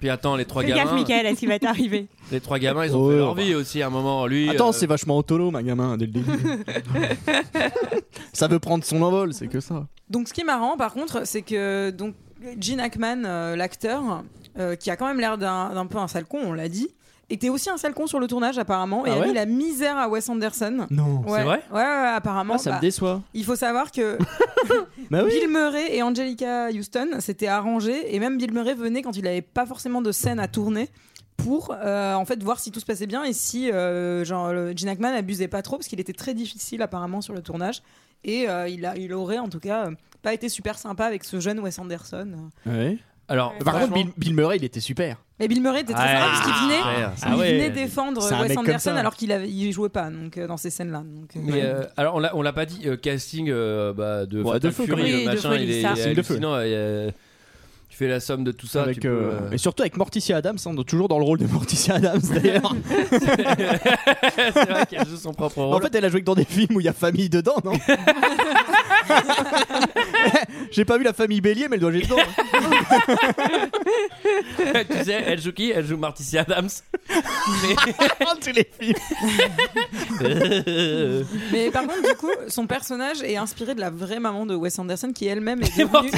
Speaker 1: Puis attends, les trois
Speaker 13: Fais
Speaker 1: gamins.
Speaker 13: gaffe, Michael, à ce qui va t'arriver.
Speaker 1: Les trois gamins, ils ont
Speaker 7: Ouais,
Speaker 1: fait leur
Speaker 7: bah.
Speaker 1: vie aussi à un moment. Lui.
Speaker 7: Attends,
Speaker 1: euh,
Speaker 7: c'est vachement autonome, un gamin, dès le début. ça veut prendre son envol, c'est que ça.
Speaker 12: Donc, ce qui est marrant, par contre, c'est que donc Gene Hackman, euh, l'acteur, euh, qui a quand même l'air d'un d'un peu un sale con, on l'a dit. était aussi un sale con sur le tournage apparemment et
Speaker 7: Ah
Speaker 12: a
Speaker 7: ouais
Speaker 12: mis la misère à Wes Anderson.
Speaker 7: Non.
Speaker 12: Ouais.
Speaker 7: C'est vrai
Speaker 12: Ouais, ouais, ouais, apparemment.
Speaker 7: Ah, ça me
Speaker 12: bah,
Speaker 7: déçoit.
Speaker 12: Il faut savoir que
Speaker 7: Bah oui.
Speaker 12: Bill Murray et Angelica Houston s'étaient arrangés et même Bill Murray venait quand il n'avait pas forcément de scène à tourner pour euh, en fait voir si tout se passait bien et si euh, genre le- Gene Hackman abusait pas trop parce qu'il était très difficile apparemment sur le tournage et euh, il a il aurait en tout cas euh, pas été super sympa avec ce jeune Wes Anderson.
Speaker 7: Ah Ouais.
Speaker 1: Alors,
Speaker 7: par contre,
Speaker 12: franchement-
Speaker 7: Bill, Bill Murray, il était super.
Speaker 12: Mais Bill Murray était très
Speaker 7: Ouais,
Speaker 12: sympa parce qu'il venait,
Speaker 7: super, ça.
Speaker 12: il
Speaker 7: Ah ouais.
Speaker 12: venait défendre
Speaker 7: C'est un
Speaker 12: Wes
Speaker 7: mec comme
Speaker 12: Anderson
Speaker 7: ça.
Speaker 12: alors qu'il avait- il jouait pas donc euh, dans ces scènes là. Donc, euh,
Speaker 1: Mais euh, alors on l'a on l'a pas dit euh, casting euh, bah, de
Speaker 7: Ouais,
Speaker 1: Fatal
Speaker 7: de feu,
Speaker 1: Fury,
Speaker 7: quand même.
Speaker 1: le
Speaker 7: Oui, de
Speaker 1: machin
Speaker 7: feu,
Speaker 1: il est
Speaker 7: Lisa. Casting de feu.
Speaker 1: hallucinant, et, euh, tu fais la somme de tout ça
Speaker 7: Avec,
Speaker 1: tu peux,
Speaker 7: euh,
Speaker 1: euh,
Speaker 7: Et surtout avec Morticia Adams, hein, donc toujours dans le rôle de Morticia Adams d'ailleurs.
Speaker 1: c'est vrai qu'elle joue son propre
Speaker 7: en
Speaker 1: rôle.
Speaker 7: fait, elle a joué que dans des films où il y a famille dedans, non J'ai pas vu la famille Bélier, mais elle doit jouer dedans. hein.
Speaker 1: tu sais, elle joue qui Elle joue Marticia Adams.
Speaker 13: Eh
Speaker 1: Mais...
Speaker 7: Tous les films.
Speaker 12: Mais par contre, du coup, son personnage est inspiré de la vraie maman de Wes Anderson qui elle-même est devenue.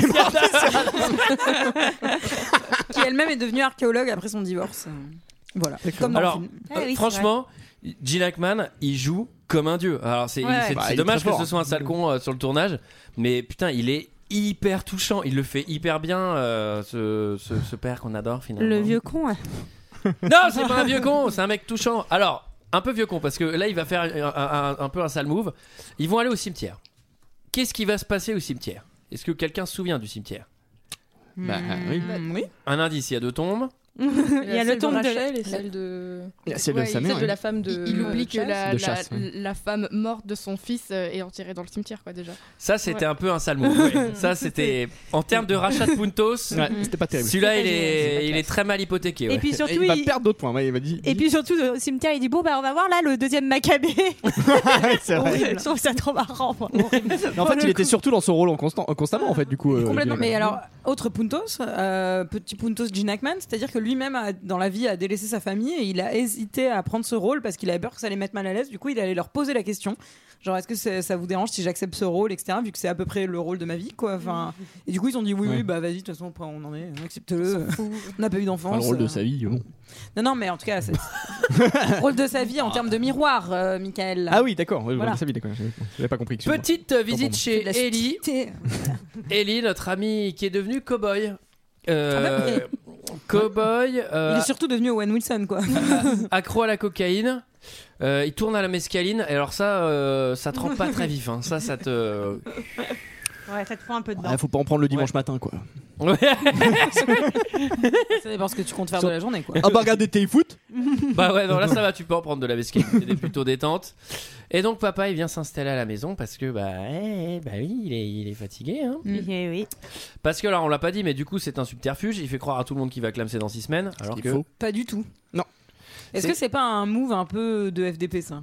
Speaker 12: qui elle-même est devenue archéologue après son divorce. Voilà. Comme dans le
Speaker 1: Alors,
Speaker 12: film.
Speaker 11: Ah
Speaker 1: euh, franchement, Gene Hackman, il joue comme un dieu. Alors, c'est
Speaker 12: Ouais.
Speaker 1: c'est-
Speaker 12: Bah,
Speaker 1: c'est
Speaker 12: il est
Speaker 1: dommage
Speaker 12: très
Speaker 1: que
Speaker 12: fort.
Speaker 1: ce soit un sale con euh, sur le tournage, mais putain, il est hyper touchant. Il le fait hyper bien, euh, ce, ce- ce père qu'on adore finalement.
Speaker 13: Le vieux con. ouais.
Speaker 1: Non, c'est pas un vieux con, c'est un mec touchant. Alors, un peu vieux con, parce que là, il va faire un, un- un peu un sale move. Ils vont aller au cimetière. Qu'est-ce qui va se passer au cimetière Est-ce que quelqu'un se souvient du cimetière
Speaker 7: Bah, oui.
Speaker 11: Hmm.
Speaker 12: oui.
Speaker 1: Un indice, il y a deux tombes.
Speaker 6: Il y a
Speaker 11: celle
Speaker 6: le
Speaker 11: de
Speaker 6: tombe de
Speaker 11: Rachel
Speaker 6: et celle de.
Speaker 7: Il y a celle de sa mère,
Speaker 6: celle de
Speaker 7: oui.
Speaker 6: la femme de.
Speaker 11: Il, il oublie
Speaker 6: de
Speaker 11: que la,
Speaker 1: De
Speaker 11: la-
Speaker 1: chasse, oui.
Speaker 11: la femme morte de son fils euh, est enterrée dans le cimetière, quoi, déjà.
Speaker 1: Ça, c'était
Speaker 11: Ouais.
Speaker 1: un peu un sale move. ouais. Ça, c'était en termes de rachat de Puntos.
Speaker 7: Ouais, c'était pas terrible.
Speaker 1: Celui-là, il
Speaker 13: C'est pas génial, c'est
Speaker 1: est,
Speaker 13: pas
Speaker 1: il est très mal hypothéqué. ouais.
Speaker 13: Et puis surtout,
Speaker 7: il va
Speaker 13: il-
Speaker 7: perdre d'autres points. ouais, il va dire.
Speaker 13: Et puis surtout, au cimetière, il dit Bon, bah, on va voir là le deuxième Maccabée.
Speaker 7: c'est vrai.
Speaker 13: Horrible. Je trouve ça trop marrant. moi.
Speaker 7: Mais en fait, il était surtout dans son rôle en constant, constamment, en fait, du coup. euh,
Speaker 12: Complètement.
Speaker 7: Gene
Speaker 12: Mais
Speaker 7: Hackman.
Speaker 12: alors, autre Puntos, euh, petit Puntos Gene Hackman, c'est-à-dire que lui-même, a- dans la vie, a délaissé sa famille et il a hésité à prendre ce rôle parce qu'il avait peur que ça les mette mal à l'aise. Du coup, il allait leur poser la question. Genre, est-ce que c'est- ça vous dérange si j'accepte ce rôle, etc., vu que c'est à peu près le rôle de ma vie, quoi. Enfin, et du coup, ils ont dit oui,
Speaker 7: Ouais.
Speaker 12: oui, bah vas-y, de toute façon, on en est, accepte-le. On n'a pas eu d'enfance.
Speaker 7: Enfin, le rôle de
Speaker 12: euh.
Speaker 7: sa vie, bon.
Speaker 12: Non, non, mais en tout cas, c'est rôle de sa vie en termes de miroir, euh, Michael.
Speaker 7: Ah oui, d'accord. ouais, le rôle
Speaker 12: Voilà.
Speaker 7: de sa vie, d'accord. J'avais pas compris. excuse-moi.
Speaker 1: Petite euh, visite
Speaker 7: Pardon.
Speaker 1: chez
Speaker 12: La
Speaker 1: Ellie. Ellie, notre amie qui est devenue cow-boy. Euh, cow-boy, euh,
Speaker 12: Ah bah, Il est surtout devenu Owen Wilson, quoi.
Speaker 1: accro à la cocaïne. Euh, il tourne à la mescaline. Et alors, ça, euh, ça trempe pas très vif. hein. Ça, ça te.
Speaker 13: Ouais, ça te prend un peu de
Speaker 7: Ah, faut pas en prendre le dimanche matin, quoi.
Speaker 1: Ouais.
Speaker 12: ça dépend ce que tu comptes faire de la journée, quoi.
Speaker 7: Ah bah regardez téléfoot
Speaker 1: Bah ouais, non, là ça va, tu peux en prendre de la mescaline, c'est des- plutôt détente. Et donc papa, il vient s'installer à la maison parce que bah, eh, bah oui, il est, il est fatigué. Hein.
Speaker 13: Eh oui.
Speaker 1: Parce que alors on l'a pas dit, mais du coup c'est un subterfuge, il fait croire à tout le monde qu'il va clamser dans 6 semaines. Alors
Speaker 7: qu'il
Speaker 1: que
Speaker 7: faut.
Speaker 12: Pas du tout.
Speaker 7: Non.
Speaker 12: Est-ce
Speaker 1: C'est-
Speaker 12: que c'est pas un move un peu de FDP, ça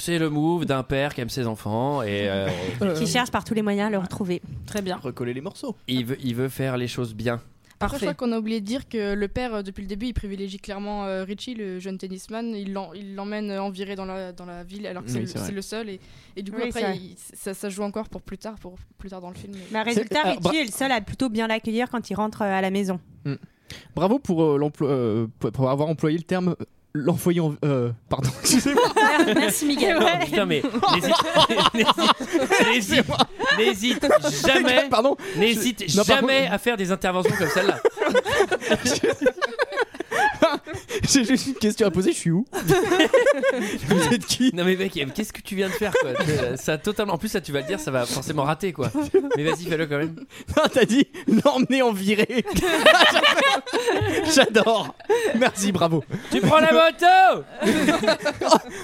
Speaker 1: c'est le move d'un père qui aime ses enfants et euh,
Speaker 13: Qui cherche par tous les moyens à le retrouver.
Speaker 12: Très bien.
Speaker 7: Recoller les morceaux.
Speaker 1: il, veut, il veut faire les choses bien.
Speaker 11: Après, je
Speaker 12: Parfait.
Speaker 11: crois qu'on a oublié de dire que le père, euh, depuis le début, il privilégie clairement euh, Richie, le jeune tennisman. Il l'en- il l'emmène euh, en virée dans la, dans la ville, alors que c'est
Speaker 7: Oui,
Speaker 11: le-
Speaker 7: c'est vrai.
Speaker 11: c'est le seul. Et, et du coup,
Speaker 13: Oui, c'est
Speaker 11: après,
Speaker 13: vrai.
Speaker 11: il- ça, ça joue encore pour plus tard, pour plus tard dans le film.
Speaker 13: Mais résultat,
Speaker 1: euh,
Speaker 7: C'est- ah,
Speaker 13: Richie
Speaker 7: bah-
Speaker 13: est le seul à plutôt bien l'accueillir quand il rentre euh, à la maison.
Speaker 7: Bravo pour, euh, l'emploi- euh, pour- pour avoir employé le terme l'enfoyer en. euh, pardon, excusez-moi.
Speaker 12: Ah, Merci, Miguel.
Speaker 1: Oh, putain, mais n'hésite- n'hésite- n'hésite- n'hésite jamais,
Speaker 7: Pardon.
Speaker 1: n'hésite
Speaker 7: Non, par
Speaker 1: jamais à faire des interventions comme celle-là.
Speaker 7: J'ai juste une question à poser, je suis où Vous êtes qui
Speaker 1: Non mais mec, qu'est-ce que tu viens de faire quoi euh, Ça a totalement. En plus ça tu vas le dire, ça va forcément rater quoi. Mais vas-y fais-le quand même.
Speaker 7: Ah, T'as dit l'emmener en virée. J'adore. Merci, bravo.
Speaker 1: Tu prends la moto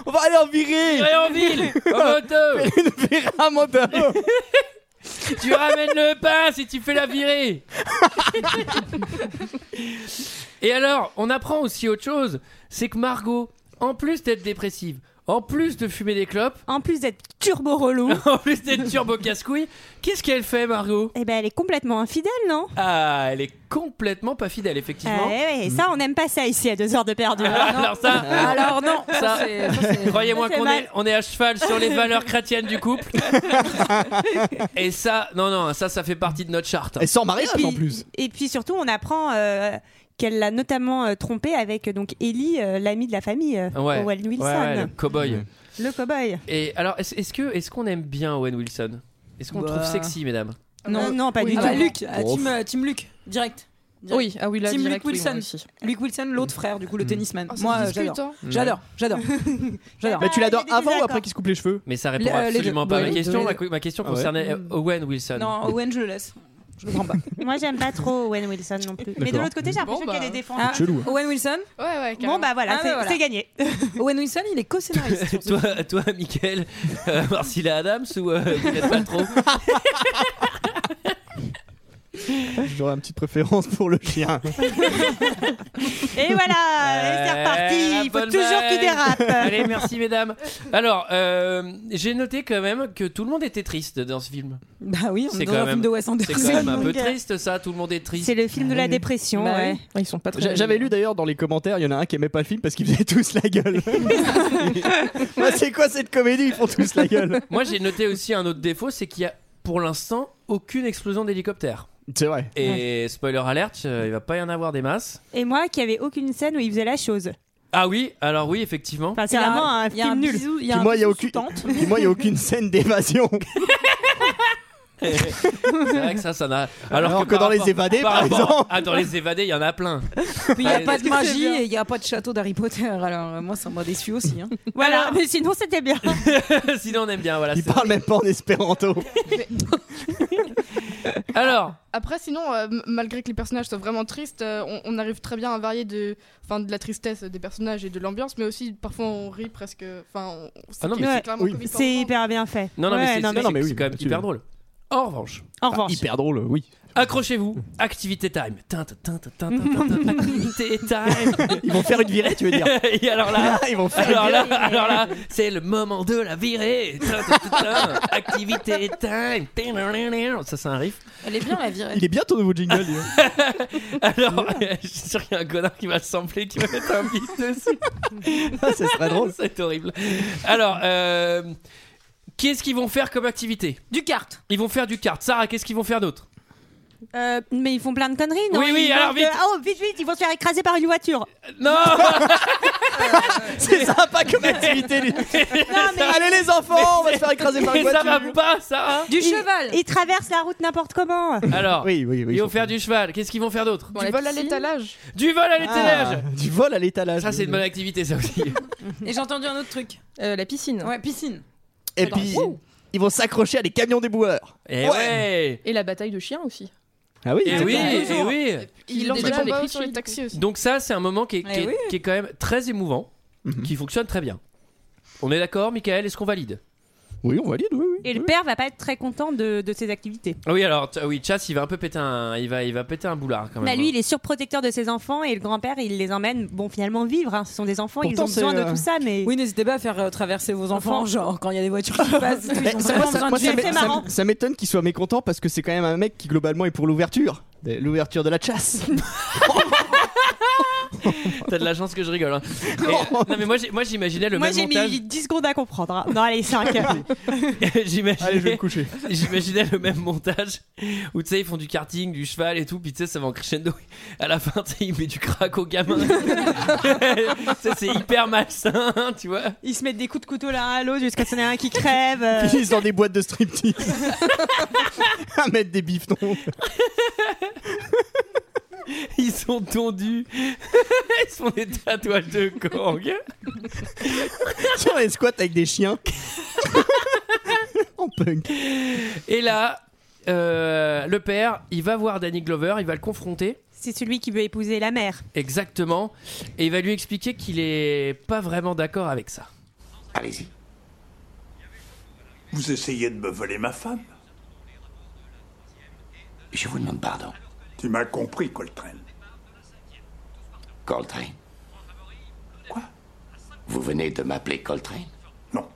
Speaker 7: On va aller en virée. Ah, bah,
Speaker 1: Virer en ville En moto
Speaker 7: Une virée à mon bureau.
Speaker 1: Tu ramènes le pain si tu fais la virée Et alors, on apprend aussi autre chose, c'est que Margot, en plus d'être dépressive, en plus de fumer des clopes,
Speaker 13: En plus d'être turbo relou,
Speaker 1: en plus d'être turbo casse-couille, qu'est-ce qu'elle fait Margot
Speaker 13: eh ben, elle est complètement infidèle, non
Speaker 1: Ah, elle est complètement pas fidèle effectivement. Mm.
Speaker 13: Ah, ouais, ouais, et ça, on n'aime pas ça ici à deux heures de perdu.
Speaker 1: Ah, alors ça,
Speaker 12: Alors non,
Speaker 1: Ça,
Speaker 12: ça, Ah c'est- ça, c'est-
Speaker 1: Croyez-moi
Speaker 13: C'est
Speaker 1: qu'on
Speaker 13: mal.
Speaker 1: est, on est à cheval sur les valeurs chrétiennes du couple. Et ça, non, non, ça, ça fait partie de notre charte. hein.
Speaker 7: Et sans mariage
Speaker 13: puis-
Speaker 7: en plus.
Speaker 13: Et puis surtout, on apprend euh, qu'elle l'a notamment euh, trompé avec euh, donc Ellie, euh, l'ami de la famille, euh,
Speaker 1: Ouais.
Speaker 13: Owen Wilson.
Speaker 1: Ouais, ouais, le cowboy.
Speaker 13: Le cow-boy.
Speaker 1: Et alors, est-ce est-ce que est-ce qu'on aime bien Owen Wilson Est-ce qu'on le trouve
Speaker 12: Bah.
Speaker 1: sexy, mesdames
Speaker 12: Non,
Speaker 13: Ah,
Speaker 12: non, pas
Speaker 13: oui.
Speaker 12: du
Speaker 13: Ah
Speaker 12: tout.
Speaker 13: bah,
Speaker 12: Luc,
Speaker 1: ah,
Speaker 12: team,
Speaker 1: team, euh,
Speaker 12: Luc, direct.
Speaker 6: Direct. Oui, ah oui, là,
Speaker 12: Team
Speaker 6: direct,
Speaker 12: Luke
Speaker 6: oui, moi
Speaker 12: Wilson.
Speaker 6: aussi.
Speaker 12: Luke Wilson, l'autre
Speaker 1: Mm.
Speaker 12: frère, du coup, le tennisman.
Speaker 11: Ah,
Speaker 6: Oh, ça
Speaker 12: Moi,
Speaker 6: se discute,
Speaker 12: j'adore.
Speaker 6: hein.
Speaker 12: J'adore, j'adore. j'adore.
Speaker 7: Mais Bah, tu l'adores avant ou après qu'il se coupe les cheveux
Speaker 1: Mais ça
Speaker 12: Les-
Speaker 1: répond
Speaker 12: euh, les
Speaker 1: absolument
Speaker 12: deux.
Speaker 1: pas à
Speaker 12: Ouais,
Speaker 1: ma
Speaker 12: les deux,
Speaker 1: question.
Speaker 12: les
Speaker 1: Ma,
Speaker 12: deux.
Speaker 1: ma question
Speaker 12: Ah ouais.
Speaker 1: concernait euh, Owen Wilson.
Speaker 12: Ah. Non, Owen, je le laisse. Je le prends pas.
Speaker 13: Moi, j'aime pas trop Owen Wilson non plus. Mais de
Speaker 12: D'accord.
Speaker 13: l'autre côté, j'ai l'impression
Speaker 12: Bon,
Speaker 13: qu'elle
Speaker 12: bah.
Speaker 13: est défendue.
Speaker 12: Ah, Chelou, hein. Owen Wilson
Speaker 13: Ouais, ouais, Bon, bah voilà,
Speaker 12: Ah,
Speaker 13: c'est
Speaker 12: bah, voilà.
Speaker 13: c'est gagné.
Speaker 12: Owen Wilson, il est co-scénariste. sur ce
Speaker 1: toi, toi, Michael, euh, Marcilla Adams ou euh, Gwyneth Paltrow
Speaker 7: hein. J'aurais une petite préférence pour le chien.
Speaker 13: Et voilà, c'est reparti. Il faut toujours qu'il dérape.
Speaker 1: Allez, merci mesdames. Alors, euh, j'ai noté quand même que tout le monde était triste dans ce film.
Speaker 12: Bah oui, on est
Speaker 1: C'est
Speaker 12: dans
Speaker 1: quand
Speaker 12: un
Speaker 1: même-
Speaker 12: film de Wes Anderson.
Speaker 1: C'est quand même un peu triste ça, tout le monde est triste.
Speaker 13: C'est le film de la dépression.
Speaker 6: Bah
Speaker 13: ouais.
Speaker 6: oui. Ils sont pas très.
Speaker 7: J'a- J'avais lu d'ailleurs dans les commentaires, il y en a un qui aimait pas le film parce qu'ils faisaient tous la gueule. Bah, c'est quoi cette comédie Ils font tous la gueule.
Speaker 1: Moi j'ai noté aussi un autre défaut, c'est qu'il y a pour l'instant aucune explosion d'hélicoptère.
Speaker 7: C'est vrai.
Speaker 1: Et spoiler alerte, euh, il va pas y en avoir des masses.
Speaker 13: Et moi, qui avait aucune scène où il faisait la chose.
Speaker 1: Ah oui, alors oui, effectivement.
Speaker 13: Enfin, c'est
Speaker 12: Il y a-
Speaker 13: vraiment un
Speaker 12: il y a
Speaker 13: film
Speaker 12: un
Speaker 13: nul.
Speaker 12: bisou- il y a
Speaker 7: Puis
Speaker 12: un
Speaker 7: moi, il y a
Speaker 12: bisou
Speaker 7: aucune-
Speaker 12: sous tente.
Speaker 7: Puis moi, il y a aucune scène d'évasion.
Speaker 1: C'est vrai que ça, ça n'a. Alors,
Speaker 7: Alors que
Speaker 1: par
Speaker 7: dans Les
Speaker 1: rapport-
Speaker 7: Évadés, par
Speaker 1: rapport-
Speaker 7: exemple.
Speaker 1: Ah, dans les évadés, il y en a plein.
Speaker 12: Puis il n'y a
Speaker 1: Ah,
Speaker 12: pas de
Speaker 1: est-ce que c'est
Speaker 12: magie
Speaker 1: bien
Speaker 12: et il n'y a pas de château d'Harry Potter. Alors euh, moi, ça m'a déçu aussi. hein.
Speaker 13: Voilà, mais sinon, c'était bien.
Speaker 1: Sinon, on aime bien. Voilà.
Speaker 7: Ils parlent même pas en espéranto.
Speaker 1: Alors,
Speaker 11: Après, sinon, euh, m- malgré que les personnages soient vraiment tristes, euh, on, on arrive très bien à varier de, enfin, de la tristesse des personnages et de l'ambiance, mais aussi parfois on rit presque. Enfin, on- c'est-
Speaker 1: Ah non, mais
Speaker 11: c'est
Speaker 1: c'est-
Speaker 11: clairement
Speaker 1: oui.
Speaker 11: comique par
Speaker 13: C'est
Speaker 11: moment.
Speaker 13: hyper bien fait.
Speaker 1: non, non,
Speaker 13: Ouais,
Speaker 1: mais c'est Ah, c'est-
Speaker 7: non, mais
Speaker 1: c'est
Speaker 7: oui,
Speaker 1: quand même
Speaker 7: absolument.
Speaker 1: hyper drôle. En revanche,
Speaker 13: En
Speaker 7: Bah,
Speaker 13: revanche.
Speaker 7: Hyper drôle, oui.
Speaker 1: accrochez-vous. Activité time. Tin, tin, tin, tin, tin, tin, tin, Activité time.
Speaker 7: Ils vont faire une virée, tu veux dire
Speaker 1: Et alors là,
Speaker 7: Ah, Ils vont faire
Speaker 1: alors
Speaker 7: une
Speaker 1: là,
Speaker 7: virée.
Speaker 1: alors là, c'est le moment de la virée. Tin, tin, tin, tin. Activité time. Tin, tin, tin, tin. Ça, c'est un riff.
Speaker 12: Elle est bien la virée.
Speaker 7: Il est bien ton nouveau jingle. dis donc.
Speaker 1: Alors, je suis sûr qu'il y a un connard qui va le sampler, qui va mettre un beat dessus.
Speaker 7: Ah, Ce serait drôle.
Speaker 1: C'est horrible. Alors, euh, qu'est-ce qu'ils vont faire comme activité
Speaker 12: Du kart.
Speaker 1: Ils vont faire du kart. Sarah, qu'est-ce qu'ils vont faire d'autre
Speaker 13: Euh, mais ils font plein de conneries, non
Speaker 1: Oui, oui,
Speaker 13: Ils
Speaker 1: alors
Speaker 13: vont-
Speaker 1: vite.
Speaker 13: Oh, vite, vite, ils vont se faire écraser par une voiture.
Speaker 7: Euh,
Speaker 1: Non
Speaker 7: C'est sympa comme activité. lui. Allez les enfants, on va se faire écraser par une
Speaker 1: Mais ça va
Speaker 7: voiture.
Speaker 1: pas, Sarah
Speaker 12: Du
Speaker 13: Ils-
Speaker 12: cheval.
Speaker 13: Ils traversent la route n'importe comment.
Speaker 1: Alors,
Speaker 7: Oui, oui, oui.
Speaker 1: ils vont faire du cheval. Qu'est-ce qu'ils vont faire d'autre
Speaker 11: Du vol à l'étalage.
Speaker 1: Du vol à
Speaker 7: Ah,
Speaker 1: l'étalage
Speaker 7: du vol à l'étalage.
Speaker 1: Ça, c'est une bonne activité, ça aussi.
Speaker 12: Et j'ai entendu un autre truc.
Speaker 6: Euh, la piscine
Speaker 12: Ouais, piscine.
Speaker 7: Et puis, ils vont s'accrocher à des camions déboueurs.
Speaker 1: Et Eh
Speaker 7: Ouais.
Speaker 1: ouais
Speaker 6: et la bataille de chiens aussi.
Speaker 7: Ah oui,
Speaker 1: Et oui, et oui
Speaker 11: Il
Speaker 6: Ils
Speaker 11: lance
Speaker 6: lancent
Speaker 11: des
Speaker 6: déjà les
Speaker 11: combats
Speaker 6: cris
Speaker 11: sur les
Speaker 6: de
Speaker 11: taxis aussi.
Speaker 1: Donc ça, c'est un moment qui est,
Speaker 12: Eh
Speaker 1: qui est-
Speaker 12: oui.
Speaker 1: qui est quand même très émouvant,
Speaker 7: Mhm.
Speaker 1: qui fonctionne très bien. On est d'accord, Michael Est-ce qu'on valide
Speaker 7: Oui, on valide, oui, oui.
Speaker 13: Et le père va pas être très content de, de ses activités.
Speaker 1: Ah Oui, alors, t- oui, Chas, il va un peu péter un, il va, il va péter un boulard quand même.
Speaker 13: Bah, lui, il est surprotecteur de ses enfants et le grand-père, il les emmène, bon, finalement, vivre. hein. Ce sont des enfants, ils
Speaker 7: Pourtant,
Speaker 13: ont besoin
Speaker 7: c'est,
Speaker 13: de
Speaker 7: euh,
Speaker 13: tout ça, mais.
Speaker 12: Oui, n'hésitez pas à faire euh, traverser vos enfants,
Speaker 13: Enfants.
Speaker 12: genre quand il y a des voitures qui passent. et tout,
Speaker 7: Mais
Speaker 12: ils ont
Speaker 7: Eh, ça-
Speaker 12: vraiment
Speaker 7: moi, ça-
Speaker 12: besoin
Speaker 7: moi,
Speaker 12: de
Speaker 7: ça
Speaker 12: vivre.
Speaker 7: m'é-
Speaker 13: c'est
Speaker 7: ça-
Speaker 13: marrant.
Speaker 7: ça m'étonne qu'il soit mécontent parce que c'est quand même un mec qui globalement est pour l'ouverture. L'ouverture de la chasse.
Speaker 1: T'as de la chance que je rigole. hein. Et, non mais moi, j'ai- moi j'imaginais le
Speaker 13: Moi,
Speaker 1: même
Speaker 13: j'ai
Speaker 1: montage.
Speaker 13: mis 10 secondes à comprendre. hein. Non, allez, 5.
Speaker 1: j'imaginais,
Speaker 7: Allez, je vais me coucher.
Speaker 1: j'imaginais le même montage où tu sais ils font du karting, du cheval et tout, puis tu sais ça va en crescendo. À la fin, tu sais il met du crack au gamin. Ça, c'est hyper malsain, hein, tu vois.
Speaker 13: ils se mettent des coups de couteau l'un à l'autre jusqu'à ce qu'il y en ait un qui crève. euh.
Speaker 7: Ils sont dans des boîtes de striptease. à mettre des bifetons.
Speaker 1: Ils sont tondus. ils sont des tatouages de Kang.
Speaker 7: Sur les squats avec des chiens. en punk.
Speaker 1: Et là, euh, le père, il va voir Danny Glover, il va le confronter.
Speaker 13: C'est celui qui veut épouser la mère.
Speaker 1: Exactement. Et il va lui expliquer qu'il est pas vraiment d'accord avec ça.
Speaker 10: Allez-y.
Speaker 8: Vous essayez de me voler ma femme
Speaker 10: Je vous demande pardon.
Speaker 8: Tu m'as compris, Coltrane.
Speaker 10: Coltrane.
Speaker 8: Quoi
Speaker 10: Vous venez de m'appeler Coltrane
Speaker 8: Non.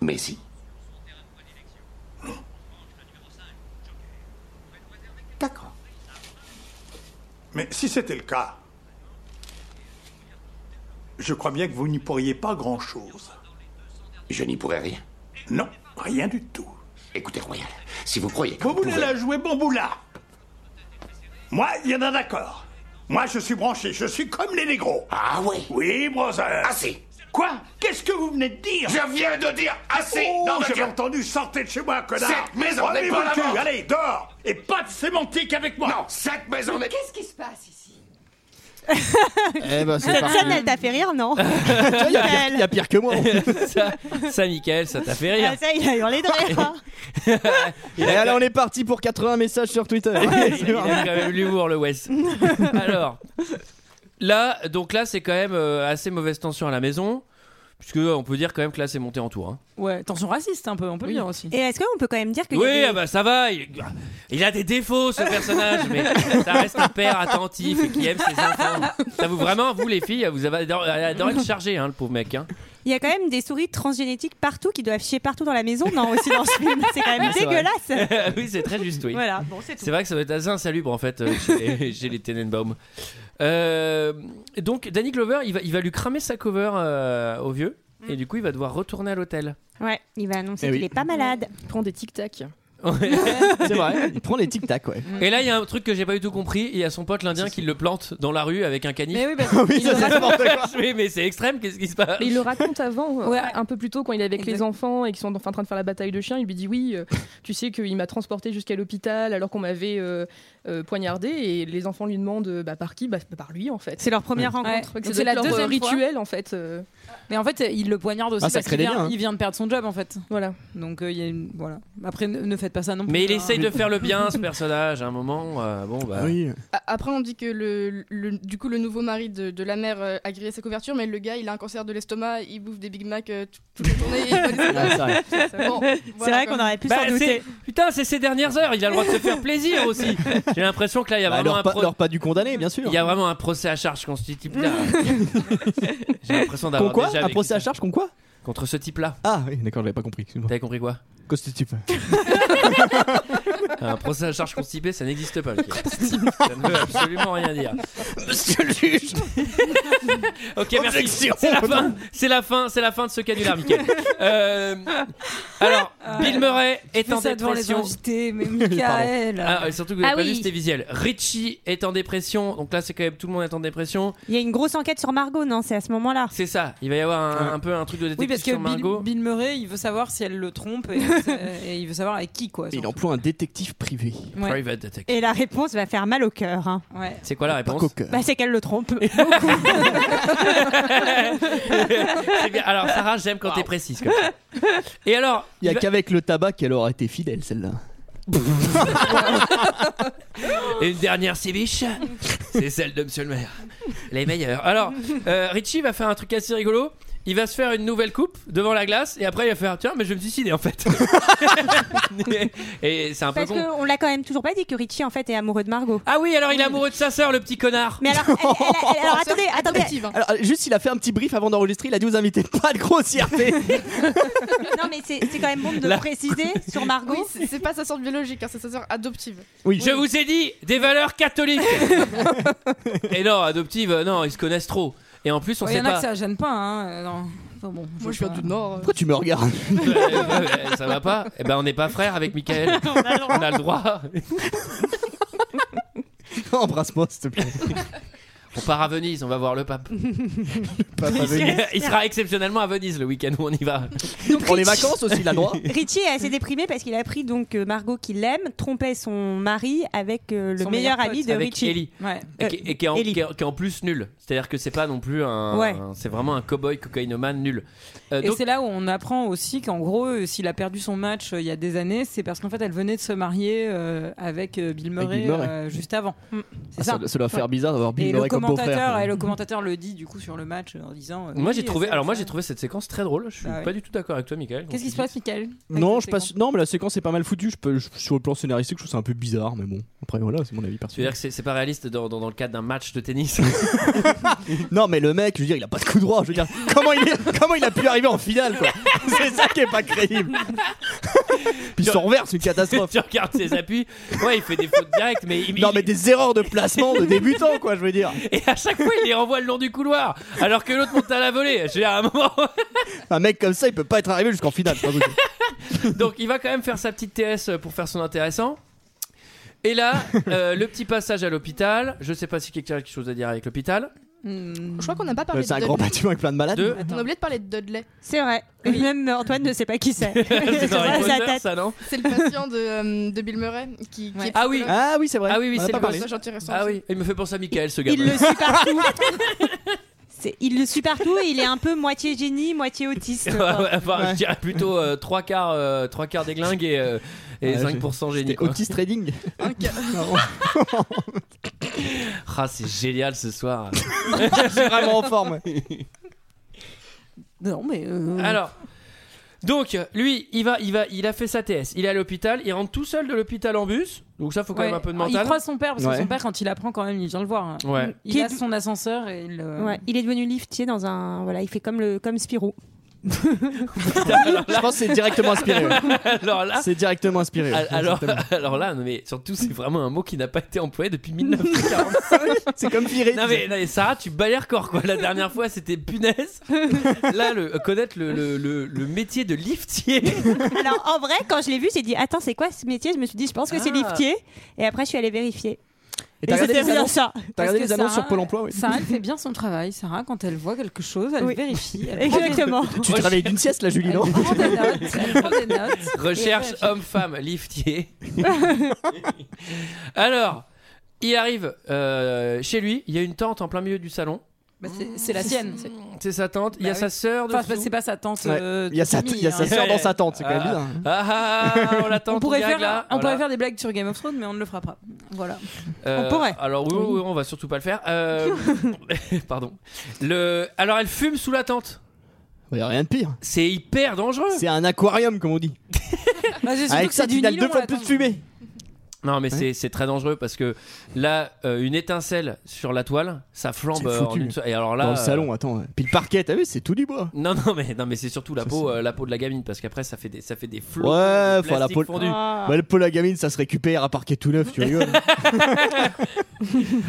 Speaker 10: Mais si. D'accord.
Speaker 8: Mais si c'était le cas, je crois bien que vous n'y pourriez pas grand-chose.
Speaker 10: Je n'y pourrais rien.
Speaker 8: Non, rien du tout.
Speaker 10: Écoutez, Royal, si vous croyez que
Speaker 8: Vous
Speaker 10: vous
Speaker 8: voulez
Speaker 10: pouvez-
Speaker 8: la jouer bon bout là Moi, il y en a d'accord. Moi, je suis branché, je suis comme les négros. Ah oui Oui, Brother. Assez. Quoi Qu'est-ce que vous venez de dire
Speaker 2: Je viens de dire assez.
Speaker 8: Oh,
Speaker 2: Non, mais
Speaker 8: j'avais
Speaker 2: tiens.
Speaker 8: entendu, sortez de chez moi, connard
Speaker 2: Cette maison n'est
Speaker 8: Rendez-vous
Speaker 2: pas
Speaker 8: le
Speaker 2: la
Speaker 8: cul,
Speaker 2: vôtre.
Speaker 8: Allez, dehors Et pas de sémantique avec moi
Speaker 2: Non, cette maison n'est...
Speaker 14: qui se passe ici
Speaker 7: Eh ben, c'est
Speaker 13: Cette
Speaker 7: parti.
Speaker 13: scène, elle t'a fait rire, non
Speaker 7: Il y, a pire- il y a pire que moi.
Speaker 1: ça, ça, Michael, ça t'a fait rire.
Speaker 13: Ah, ça, il a hurlé de rire.
Speaker 7: Et là, on est parti pour 80 messages sur Twitter.
Speaker 1: Il a quand même l'humour, le Wes. Alors, là, donc là, c'est quand même euh, assez mauvaise tension à la maison, puisque on peut dire quand même que là, c'est monté en tour. hein.
Speaker 12: Ouais, tension raciste un peu, on peut le dire aussi.
Speaker 13: Et est-ce qu'on peut quand même dire que.
Speaker 1: Oui, ah bah ça va. Il, il a des défauts ce personnage, mais ça reste un père attentif et qui aime ses enfants. Ça vous vraiment, vous les filles, vous avez adoré, adoré le charger, hein, le pauvre mec. hein.
Speaker 13: Il y a quand même des souris transgénétiques partout qui doivent chier partout dans la maison, non Aussi dans ce film, c'est quand même
Speaker 1: Ah, C'est vrai.
Speaker 13: dégueulasse.
Speaker 1: oui, c'est très juste, oui.
Speaker 13: Voilà, bon, c'est tout.
Speaker 1: C'est vrai que ça doit être assez insalubre en fait euh, chez les, chez les Tenenbaum. Euh, donc Danny Glover, il va, il va lui cramer sa cover euh, au vieux et du coup il va devoir retourner à l'hôtel.
Speaker 13: Ouais, il va annoncer
Speaker 1: Eh
Speaker 13: qu'il
Speaker 1: oui.
Speaker 13: est pas malade.
Speaker 6: Prends des tic-tac.
Speaker 7: C'est vrai, il prend les tic-tac, ouais.
Speaker 1: Et là il y a un truc que j'ai pas du tout compris, il y a son pote l'Indien qui le plante dans la rue avec un canif.
Speaker 12: Mais oui, bah,
Speaker 7: Ah oui, ça, c'est n'importe quoi.
Speaker 1: Oui, mais c'est extrême, qu'est-ce qui se passe
Speaker 6: Mais il le raconte avant, euh, un peu plus tôt, quand il est avec les
Speaker 1: Exact.
Speaker 6: enfants et qu'ils sont enfin en train de faire la bataille de chiens. Il lui dit Oui, euh, tu sais qu'il m'a transporté jusqu'à l'hôpital alors qu'on m'avait euh, euh, poignardé. Et les enfants lui demandent euh, bah, Par qui bah, Par lui, en fait.
Speaker 13: C'est leur première
Speaker 6: Ouais.
Speaker 13: rencontre.
Speaker 6: Ouais, que
Speaker 13: Donc
Speaker 6: C'est
Speaker 13: c'est
Speaker 6: la
Speaker 13: leur,
Speaker 6: deuxième
Speaker 13: euh,
Speaker 6: rituel, en fait.
Speaker 12: euh, Mais en fait, il le poignarde aussi
Speaker 6: Ah, ça
Speaker 12: parce
Speaker 6: crée
Speaker 12: qu'il
Speaker 6: des
Speaker 12: vient,
Speaker 6: liens, hein.
Speaker 12: il vient de perdre son job en fait.
Speaker 6: Voilà.
Speaker 12: Donc euh, il y a une- voilà. Après, ne, ne faites pas ça non plus.
Speaker 1: Mais il
Speaker 12: hein.
Speaker 1: essaye de faire le bien ce personnage à un moment. euh, bon bah.
Speaker 7: Oui.
Speaker 11: A- Après, on dit que le, le- du coup, le nouveau mari de, de la mère euh, a grillé sa couverture, mais le gars, il a un cancer de l'estomac, il bouffe des Big Mac euh, tout- toute la journée. et il boit des
Speaker 7: Ah, c'est vrai.
Speaker 11: C'est vrai. Bon,
Speaker 13: C'est vrai qu'on aurait pu s'en douter.
Speaker 1: Putain, Bah, c'est ses dernières heures, il a le droit de se faire plaisir aussi. J'ai l'impression que là il y a
Speaker 7: Bah,
Speaker 1: vraiment
Speaker 7: leur,
Speaker 1: un
Speaker 7: pas,
Speaker 1: pro-
Speaker 7: leur pas du condamné, bien sûr.
Speaker 1: Il y a vraiment un procès à charge contre ce type-là. J'ai l'impression
Speaker 7: Qu'on
Speaker 1: d'avoir
Speaker 7: quoi
Speaker 1: déjà
Speaker 7: Un
Speaker 1: vécu
Speaker 7: procès à
Speaker 1: ça.
Speaker 7: charge qu'on quoi
Speaker 1: Contre ce type-là.
Speaker 7: Ah oui, d'accord, j'avais pas compris. T'avais
Speaker 1: compris quoi
Speaker 7: Constitutif.
Speaker 1: Un procès à charge constipé, ça n'existe pas. Mickey. ça ne veut absolument rien dire.
Speaker 7: Monsieur le juge
Speaker 1: Ok, merci. C'est la fin. C'est la fin. C'est la fin de ce canular, Michael. Euh, alors, Bill Murray
Speaker 12: Tu
Speaker 1: est
Speaker 12: Euh, fais
Speaker 1: en
Speaker 12: ça devant les
Speaker 1: dépression.
Speaker 12: invités, mais Michael.
Speaker 1: Ah, euh, surtout que vous
Speaker 13: Ah
Speaker 1: n'avez pas
Speaker 13: oui.
Speaker 1: vu, c'était visuel. Richie est en dépression, donc là c'est quand même tout le monde est en dépression.
Speaker 13: Il y a une grosse enquête sur Margot, non C'est à ce moment-là.
Speaker 1: C'est ça, il va y avoir un, un peu un truc de détective
Speaker 12: Oui, parce que
Speaker 1: sur
Speaker 12: Bill,
Speaker 1: Margot.
Speaker 12: Bill Murray, il veut savoir si elle le trompe et, et il veut savoir avec qui quoi.
Speaker 7: Il emploie un détective privé.
Speaker 12: Ouais.
Speaker 1: Private detective.
Speaker 13: Et la réponse va faire mal au cœur. hein.
Speaker 1: C'est quoi la réponse
Speaker 13: Bah, c'est qu'elle le trompe.
Speaker 1: C'est bien. Alors Sarah, j'aime quand t'es précise. comme ça. Et alors,
Speaker 7: Il y a
Speaker 1: va-
Speaker 7: qu'avec le tabac qu'elle aura été fidèle, celle-là.
Speaker 1: Et une dernière civiche, c'est celle de Monsieur le maire. Les meilleures. Alors, euh, Richie va faire un truc assez rigolo. Il va se faire une nouvelle coupe devant la glace et après il va faire tiens mais je vais me suicider en fait. et c'est un peu
Speaker 13: Parce
Speaker 1: con.
Speaker 13: qu'on l'a quand même toujours pas dit que Richie en fait est amoureux de Margot.
Speaker 1: Ah oui alors il est amoureux de sa sœur le petit connard.
Speaker 13: Mais alors, elle- elle- elle- alors, attendez, attendez.
Speaker 11: hein.
Speaker 7: Alors, euh, juste, il a fait un petit brief avant d'enregistrer. Il a dit aux invités pas de grossièreté.
Speaker 13: Non, mais c'est c'est quand même bon de
Speaker 7: La-
Speaker 13: le préciser sur Margot.
Speaker 11: Ah, Oui, c'est- c'est pas sa sœur biologique, hein, c'est sa sœur adoptive.
Speaker 7: Oui.
Speaker 1: Je vous ai dit des valeurs catholiques. et non adoptive non ils se connaissent trop. Et en plus on
Speaker 12: Ouais, Il Oh, y
Speaker 1: sait
Speaker 12: en a
Speaker 1: pas.
Speaker 12: que ça gêne pas. Hein. euh, non. Enfin, bon,
Speaker 11: Moi, je viens du Nord.
Speaker 7: Pourquoi tu me regardes
Speaker 1: Euh, ça va pas Eh ben on n'est pas frères avec Michael. on a le droit.
Speaker 7: Embrasse-moi, s'il te plaît.
Speaker 1: On part à Venise, on va voir le pape.
Speaker 7: Pas- pas venu.
Speaker 1: Il sera exceptionnellement à Venise le week-end où on y va.
Speaker 7: Pour les vacances aussi, il a le droit.
Speaker 13: Richie est assez déprimé parce qu'il a appris donc que Margot qu'il aime trompait son mari avec euh, le
Speaker 12: Son
Speaker 13: meilleur,
Speaker 12: meilleur
Speaker 13: ami
Speaker 12: pote.
Speaker 13: de
Speaker 1: Avec
Speaker 13: Richie. Euh,
Speaker 1: Ellie.
Speaker 12: Ouais.
Speaker 1: Et qui, et qui est en,
Speaker 13: Ellie.
Speaker 1: qui est- qui est en plus nul. C'est-à-dire que c'est pas non plus un.
Speaker 12: Ouais.
Speaker 1: un- c'est vraiment un cow-boy cocaïnomane nul. Euh,
Speaker 12: Et
Speaker 1: donc,
Speaker 12: c'est là où on apprend aussi qu'en gros, euh, s'il a perdu son match euh, il y a des années, c'est parce qu'en fait, elle venait de se marier euh, avec euh, Bill Murray,
Speaker 7: Bill Murray.
Speaker 12: euh, juste avant. C'est
Speaker 7: Ah, ça, ça doit faire bizarre d'avoir Bill
Speaker 12: et
Speaker 7: Murray
Speaker 12: le
Speaker 7: comme
Speaker 12: commentateur,
Speaker 7: beau-frère.
Speaker 12: Et le commentateur le dit du coup sur le match euh, en disant. euh,
Speaker 1: moi
Speaker 12: oui,
Speaker 1: j'ai trouvé.
Speaker 12: c'est-
Speaker 1: Alors moi j'ai trouvé cette séquence très drôle. Je suis
Speaker 12: Ah ouais.
Speaker 1: pas du tout d'accord avec toi, Michael.
Speaker 12: Qu'est-ce qui se passe, Michael
Speaker 7: Non, je passe. Non, mais la séquence est pas mal foutue. Je peux, je- sur le plan scénaristique, je trouve ça un peu bizarre, mais bon. Après, voilà, c'est mon avis
Speaker 1: Tu veux
Speaker 7: personnel.
Speaker 1: dire que c'est c'est pas réaliste dans, dans- dans le cadre d'un match de tennis
Speaker 7: Non, mais le mec, je veux dire, il a pas de coup droit. Je veux dire, comment il, est- comment il a pu arriver en finale, quoi C'est ça qui est pas crédible. Puis son revers, c'est une catastrophe.
Speaker 1: Tu regardes ses appuis. Ouais, il fait des fautes directes, mais il,
Speaker 7: Non, mais des erreurs de placement de débutant, quoi, je veux dire.
Speaker 1: Et à chaque fois, il les renvoie le long du couloir, alors que l'autre monte à la volée. Je veux dire, à un moment.
Speaker 7: Un mec comme ça, il peut pas être arrivé jusqu'en finale. c'est pas possible.
Speaker 1: Donc, il va quand même faire sa petite TS pour faire son intéressant. Et là, euh, le petit passage à l'hôpital. Je sais pas si quelqu'un a quelque chose à dire avec l'hôpital.
Speaker 12: Mm.
Speaker 11: Je crois qu'on n'a pas
Speaker 7: Euh,
Speaker 11: parlé de Dudley.
Speaker 1: avec plein de
Speaker 7: Ah,
Speaker 1: malades.
Speaker 11: On a oublié de parler de Dudley.
Speaker 13: C'est vrai. Même Antoine ne sait pas qui c'est.
Speaker 1: C'est dans Harry
Speaker 13: Ça, ça
Speaker 1: Potter,
Speaker 13: tête.
Speaker 1: ça, non
Speaker 11: C'est le patient de, euh, de Bill Murray qui, qui est
Speaker 1: Ah oui,
Speaker 11: psychologue.
Speaker 1: ah oui, c'est vrai. Ah oui,
Speaker 11: On
Speaker 1: oui,
Speaker 11: en a
Speaker 1: c'est
Speaker 11: pas
Speaker 1: le
Speaker 11: parlé.
Speaker 1: passage
Speaker 11: intéressant
Speaker 1: Ah oui, il me fait penser à Michael, ce gars.
Speaker 13: Il le suit partout. C'est- Il le suit partout et il est un peu moitié génie, moitié autiste.
Speaker 1: Ouais, ouais, enfin, Je dirais plutôt 3 quarts, euh, trois quarts déglingue et, euh, et
Speaker 7: Ouais,
Speaker 1: 5% génie.
Speaker 7: C'était Otis Trading.
Speaker 1: Ah, c'est génial ce soir.
Speaker 7: Je suis vraiment en forme.
Speaker 12: Non, mais. euh,
Speaker 1: Alors, donc lui, il va, il va, il a fait sa TS. Il est à l'hôpital. Il rentre tout seul de l'hôpital en bus. Donc ça, faut quand
Speaker 12: Ouais.
Speaker 1: même un peu de
Speaker 12: Alors,
Speaker 1: mental.
Speaker 12: Il croise son père parce
Speaker 1: Ouais.
Speaker 12: que son père, quand il apprend, quand même, il vient le voir. hein.
Speaker 1: Ouais.
Speaker 12: Il
Speaker 13: Qui
Speaker 12: a
Speaker 13: est-
Speaker 12: son ascenseur et il. euh,
Speaker 13: Ouais, il est devenu liftier dans un. Voilà, il fait comme, le... comme Spirou.
Speaker 7: Je pense que c'est directement inspiré. ouais.
Speaker 1: Alors là.
Speaker 7: C'est directement inspiré. ouais.
Speaker 1: Al- Alors, alors là, non, mais surtout, c'est vraiment un mot qui n'a pas été employé depuis 1945.
Speaker 7: c'est comme virer.
Speaker 1: Non mais, non, mais Sarah, tu bats les records quoi. La dernière fois, c'était punaise. Là, le, euh, connaître le, le, le, le métier de liftier.
Speaker 13: Alors en vrai, quand je l'ai vu, j'ai dit Attends, c'est quoi ce métier Je me suis dit Je pense que c'est
Speaker 1: Ah.
Speaker 13: liftier. Et après, je suis allée vérifier.
Speaker 7: Et t'as regardé
Speaker 13: c'était
Speaker 7: les
Speaker 13: bien
Speaker 7: annonces
Speaker 13: ça.
Speaker 7: T'as regardé
Speaker 12: Parce
Speaker 7: les
Speaker 12: que
Speaker 7: annonces
Speaker 12: Sarah-
Speaker 7: sur Pôle emploi Ah oui.
Speaker 12: Sarah, elle fait bien son travail. Sarah, quand elle voit quelque chose, elle
Speaker 13: Oui.
Speaker 12: vérifie. elle prend des-
Speaker 13: Exactement.
Speaker 7: Tu te réveilles d'une sieste là, Julie, non
Speaker 12: prend des notes, elle prend des notes.
Speaker 1: Recherche homme-femme liftier. Alors, il arrive euh, chez lui. Il y a une tente en plein milieu du salon.
Speaker 12: Bah, c'est- c'est la sienne.
Speaker 1: C'est sa tante. il y a
Speaker 12: Bah oui.
Speaker 1: sa sœur.
Speaker 12: Enfin,
Speaker 1: dessous.
Speaker 12: c'est pas sa tante.
Speaker 7: Ouais.
Speaker 12: euh,
Speaker 7: Il y a sa-
Speaker 12: Tommy,
Speaker 7: il y a sa
Speaker 12: hein.
Speaker 7: sœur dans sa tente, c'est quand même hein.
Speaker 1: Ah,
Speaker 7: bizarre.
Speaker 1: Ah, ah, on l'attend.
Speaker 12: On, pourrait faire,
Speaker 1: là.
Speaker 12: on
Speaker 1: Voilà.
Speaker 12: pourrait faire des blagues sur Game of Thrones, mais on ne le fera pas. Voilà.
Speaker 1: Euh,
Speaker 12: On pourrait.
Speaker 1: Alors oui, oui, oui, on va surtout pas le faire. Euh, pardon. Le, alors elle fume sous la tente.
Speaker 7: Ouais, rien de pire.
Speaker 1: C'est hyper dangereux.
Speaker 7: C'est un aquarium, comme on dit.
Speaker 12: Bah,
Speaker 7: Avec ça, tu as deux fois plus de fumée.
Speaker 1: Non mais c'est- c'est très dangereux parce que là euh, une étincelle sur la toile ça flambe
Speaker 7: C'est
Speaker 1: euh, en
Speaker 7: foutu.
Speaker 1: une so- et alors là
Speaker 7: Dans le
Speaker 1: euh,
Speaker 7: salon, attends. Puis le parquet, t'as vu, c'est tout du bois.
Speaker 1: non non mais non mais c'est surtout la
Speaker 7: Ça,
Speaker 1: peau
Speaker 7: c'est-
Speaker 1: euh, la peau de la gamine parce qu'après ça fait des ça fait des flots
Speaker 7: Ouais,
Speaker 1: de
Speaker 7: enfin la
Speaker 1: plastique
Speaker 7: peau.
Speaker 1: fondu.
Speaker 12: Ah,
Speaker 7: Bah, le pôle à gamine, ça se récupère à parquet tout neuf, tu rigoles.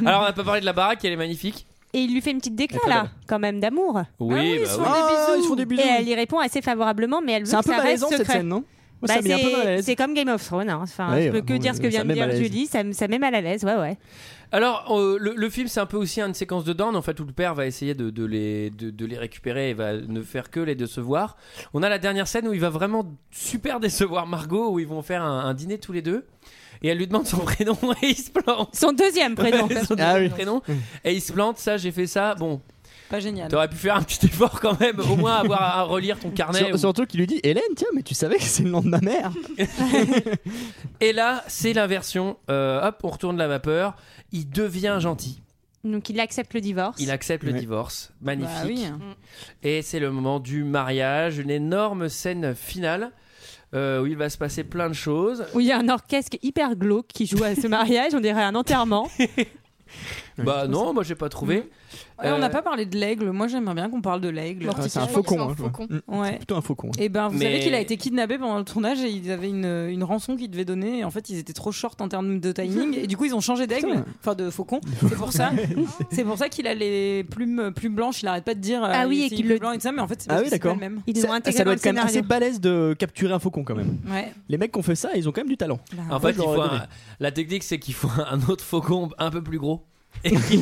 Speaker 1: Alors on n'a pas parlé de la baraque elle est magnifique.
Speaker 7: Ah
Speaker 13: Et il lui fait une petite déclaration
Speaker 1: Elle fait
Speaker 13: là, quand même, d'amour. Ah
Speaker 1: Oui, bah oui.
Speaker 7: Ah, ils font des bisous.
Speaker 13: Et elle y répond assez favorablement, mais elle veut
Speaker 7: C'est un
Speaker 13: que
Speaker 7: peu
Speaker 13: ça reste
Speaker 7: malaisant, cette
Speaker 13: secret.
Speaker 7: scène, non Moi,
Speaker 13: Bah,
Speaker 7: ça met un peu mal à
Speaker 13: c'est-
Speaker 7: l'aise.
Speaker 13: c'est comme Game of Thrones. hein. Enfin,
Speaker 7: Ouais,
Speaker 13: je peux
Speaker 7: ouais,
Speaker 13: que dire ce que
Speaker 7: ça
Speaker 13: vient de
Speaker 7: met mal
Speaker 13: dire
Speaker 7: à l'aise.
Speaker 13: Julie, ça, me- ça met mal à l'aise, ouais, ouais.
Speaker 1: Alors, euh, le, le film, c'est un peu aussi une séquence de dents, en fait, où le père va essayer de, de les, de, de les récupérer et va ne faire que les décevoir. On a la dernière scène où il va vraiment super décevoir Margot, où ils vont faire un, un dîner tous les deux. Et elle lui demande son prénom et il se plante.
Speaker 13: Son deuxième prénom.
Speaker 1: Son
Speaker 7: Ah
Speaker 1: deuxième
Speaker 7: oui.
Speaker 1: prénom. Et il se plante, ça, j'ai fait ça. Bon,
Speaker 12: Pas génial.
Speaker 1: t'aurais pu faire un petit effort quand même, au moins avoir à relire ton carnet.
Speaker 7: Sur-
Speaker 1: ou-
Speaker 7: Surtout qu'il lui dit Hélène, tiens, mais tu savais que c'est le nom de ma mère.
Speaker 1: Et là, c'est l'inversion. Euh, hop, on retourne la vapeur. Il devient gentil.
Speaker 13: Donc il accepte le divorce.
Speaker 1: Il accepte le divorce. Magnifique.
Speaker 12: Bah oui.
Speaker 1: Et c'est le moment du mariage, une énorme scène finale euh, où il va se passer plein de choses.
Speaker 13: Où il y a un orchestre hyper glauque qui joue à ce mariage, on dirait un enterrement.
Speaker 1: bah non, moi j'ai pas trouvé.
Speaker 12: Et on n'a
Speaker 1: Euh,
Speaker 12: pas parlé de l'aigle. Moi, j'aimerais bien qu'on parle de l'aigle.
Speaker 7: Ah, c'est un
Speaker 11: Mortification, c'est
Speaker 7: faucon.
Speaker 11: un
Speaker 7: hein, je vois.
Speaker 11: faucon.
Speaker 7: Mm.
Speaker 12: Ouais.
Speaker 7: Plutôt un faucon. hein.
Speaker 12: Et ben, vous
Speaker 1: Mais-
Speaker 12: savez qu'il a été kidnappé pendant le tournage et ils avaient une, une rançon qu'ils devaient donner. Et en fait, ils étaient trop short en termes de timing. Et du coup, ils ont changé d'aigle,
Speaker 7: Putain.
Speaker 12: enfin de faucon. C'est pour ça, c'est pour ça qu'il a les plumes plus blanches. Il arrête pas de dire euh,
Speaker 13: Ah oui,
Speaker 12: il-
Speaker 13: et
Speaker 12: c'est
Speaker 13: qu'il
Speaker 12: bleu
Speaker 13: le-
Speaker 12: blanc et tout ça, mais en fait, c'est
Speaker 7: Ah
Speaker 12: parce
Speaker 7: oui,
Speaker 12: que c'est pas
Speaker 7: d'accord.
Speaker 12: le même.
Speaker 13: Ils
Speaker 7: Ça,
Speaker 13: ont intégré
Speaker 7: ça
Speaker 13: dans
Speaker 7: doit
Speaker 13: le
Speaker 7: être quand même
Speaker 13: scénario.
Speaker 7: assez balèze de capturer un faucon quand même.
Speaker 12: Ouais.
Speaker 7: Les mecs qui ont fait ça, ils ont quand même du talent.
Speaker 1: En fait, il
Speaker 7: Moi, je
Speaker 1: faut
Speaker 7: l'aurais
Speaker 1: un- la technique, c'est qu'il faut un autre faucon un peu plus gros. Et qui,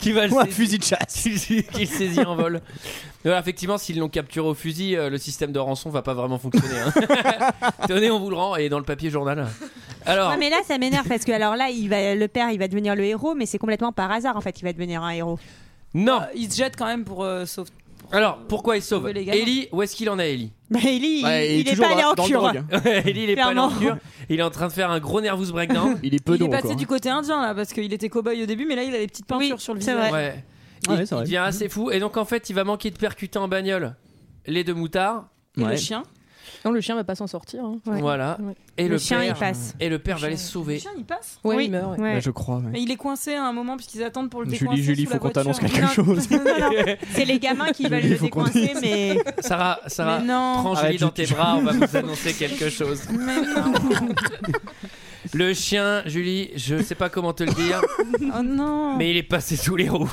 Speaker 1: qui va le
Speaker 7: Ou un
Speaker 1: saisir-
Speaker 7: fusil de chasse.
Speaker 1: qui le saisit en vol. Voilà, effectivement, s'ils l'ont capturé au fusil, euh, le système de rançon va pas vraiment fonctionner. hein. Tenez, on vous le rend et dans le papier journal. Alors,
Speaker 13: Ouais, mais là, ça m'énerve parce que alors là, il va, le père, il va devenir le héros, mais c'est complètement par hasard en fait qu'il va devenir un héros.
Speaker 7: Ah.
Speaker 1: non.
Speaker 12: Euh, Ils se jettent quand même pour euh, sauver.
Speaker 1: Alors, pourquoi il sauve
Speaker 12: Sauver les gamins.
Speaker 1: Ellie, où est-ce qu'il en est, Ellie
Speaker 13: Bah, Ellie, il-
Speaker 7: Ouais,
Speaker 13: il,
Speaker 7: est
Speaker 13: est
Speaker 7: toujours
Speaker 13: pas allé en
Speaker 7: dans le
Speaker 13: cure.
Speaker 7: drogue, hein.
Speaker 1: Ellie, il est pas allé en
Speaker 13: Clairement.
Speaker 1: cure. Il est en train de faire un gros nervous breakdown.
Speaker 7: Il est peu
Speaker 12: Il est
Speaker 7: don
Speaker 12: passé
Speaker 7: encore.
Speaker 12: du
Speaker 7: hein.
Speaker 12: côté indien là parce qu'il était cow-boy au début, mais là il a des petites peintures
Speaker 13: Oui,
Speaker 12: sur le
Speaker 13: c'est
Speaker 12: visage.
Speaker 13: vrai.
Speaker 1: Ouais.
Speaker 7: Ouais,
Speaker 1: il,
Speaker 7: c'est
Speaker 1: il
Speaker 7: vrai.
Speaker 1: devient assez fou. Et donc, en fait, il va manquer de percuter en bagnole les deux moutards.
Speaker 12: Et
Speaker 7: Ouais.
Speaker 12: le chien.
Speaker 6: Non, le chien va pas s'en sortir. hein.
Speaker 13: Ouais.
Speaker 1: Voilà.
Speaker 6: Ouais.
Speaker 1: Et le,
Speaker 13: Le chien,
Speaker 1: père,
Speaker 13: il passe.
Speaker 1: Et le père va les
Speaker 12: Le
Speaker 1: sauver.
Speaker 12: chien il passe.
Speaker 6: Ouais,
Speaker 13: Oui.
Speaker 6: il meurt. ouais.
Speaker 13: Ouais.
Speaker 7: Bah, je crois. ouais.
Speaker 12: Mais il est coincé à un moment puisqu'ils attendent pour le
Speaker 7: Julie,
Speaker 12: décoincer
Speaker 7: Julie,
Speaker 12: sous
Speaker 7: faut
Speaker 12: la
Speaker 7: qu'on t'annonce
Speaker 12: voiture.
Speaker 7: quelque chose.
Speaker 13: Non, non, non. C'est les gamins qui veulent
Speaker 7: Il
Speaker 13: le
Speaker 7: faut qu'on
Speaker 13: décoincer, mais
Speaker 1: Sarah, Sarah
Speaker 12: Mais non.
Speaker 1: prends Julie
Speaker 7: Arrête,
Speaker 1: dans
Speaker 7: je-
Speaker 1: tes
Speaker 7: je-
Speaker 1: bras, on va vous annoncer quelque chose.
Speaker 12: Mais non.
Speaker 1: Le chien, Julie, je sais pas comment te le dire,
Speaker 12: Oh non.
Speaker 1: mais il est passé sous les roues.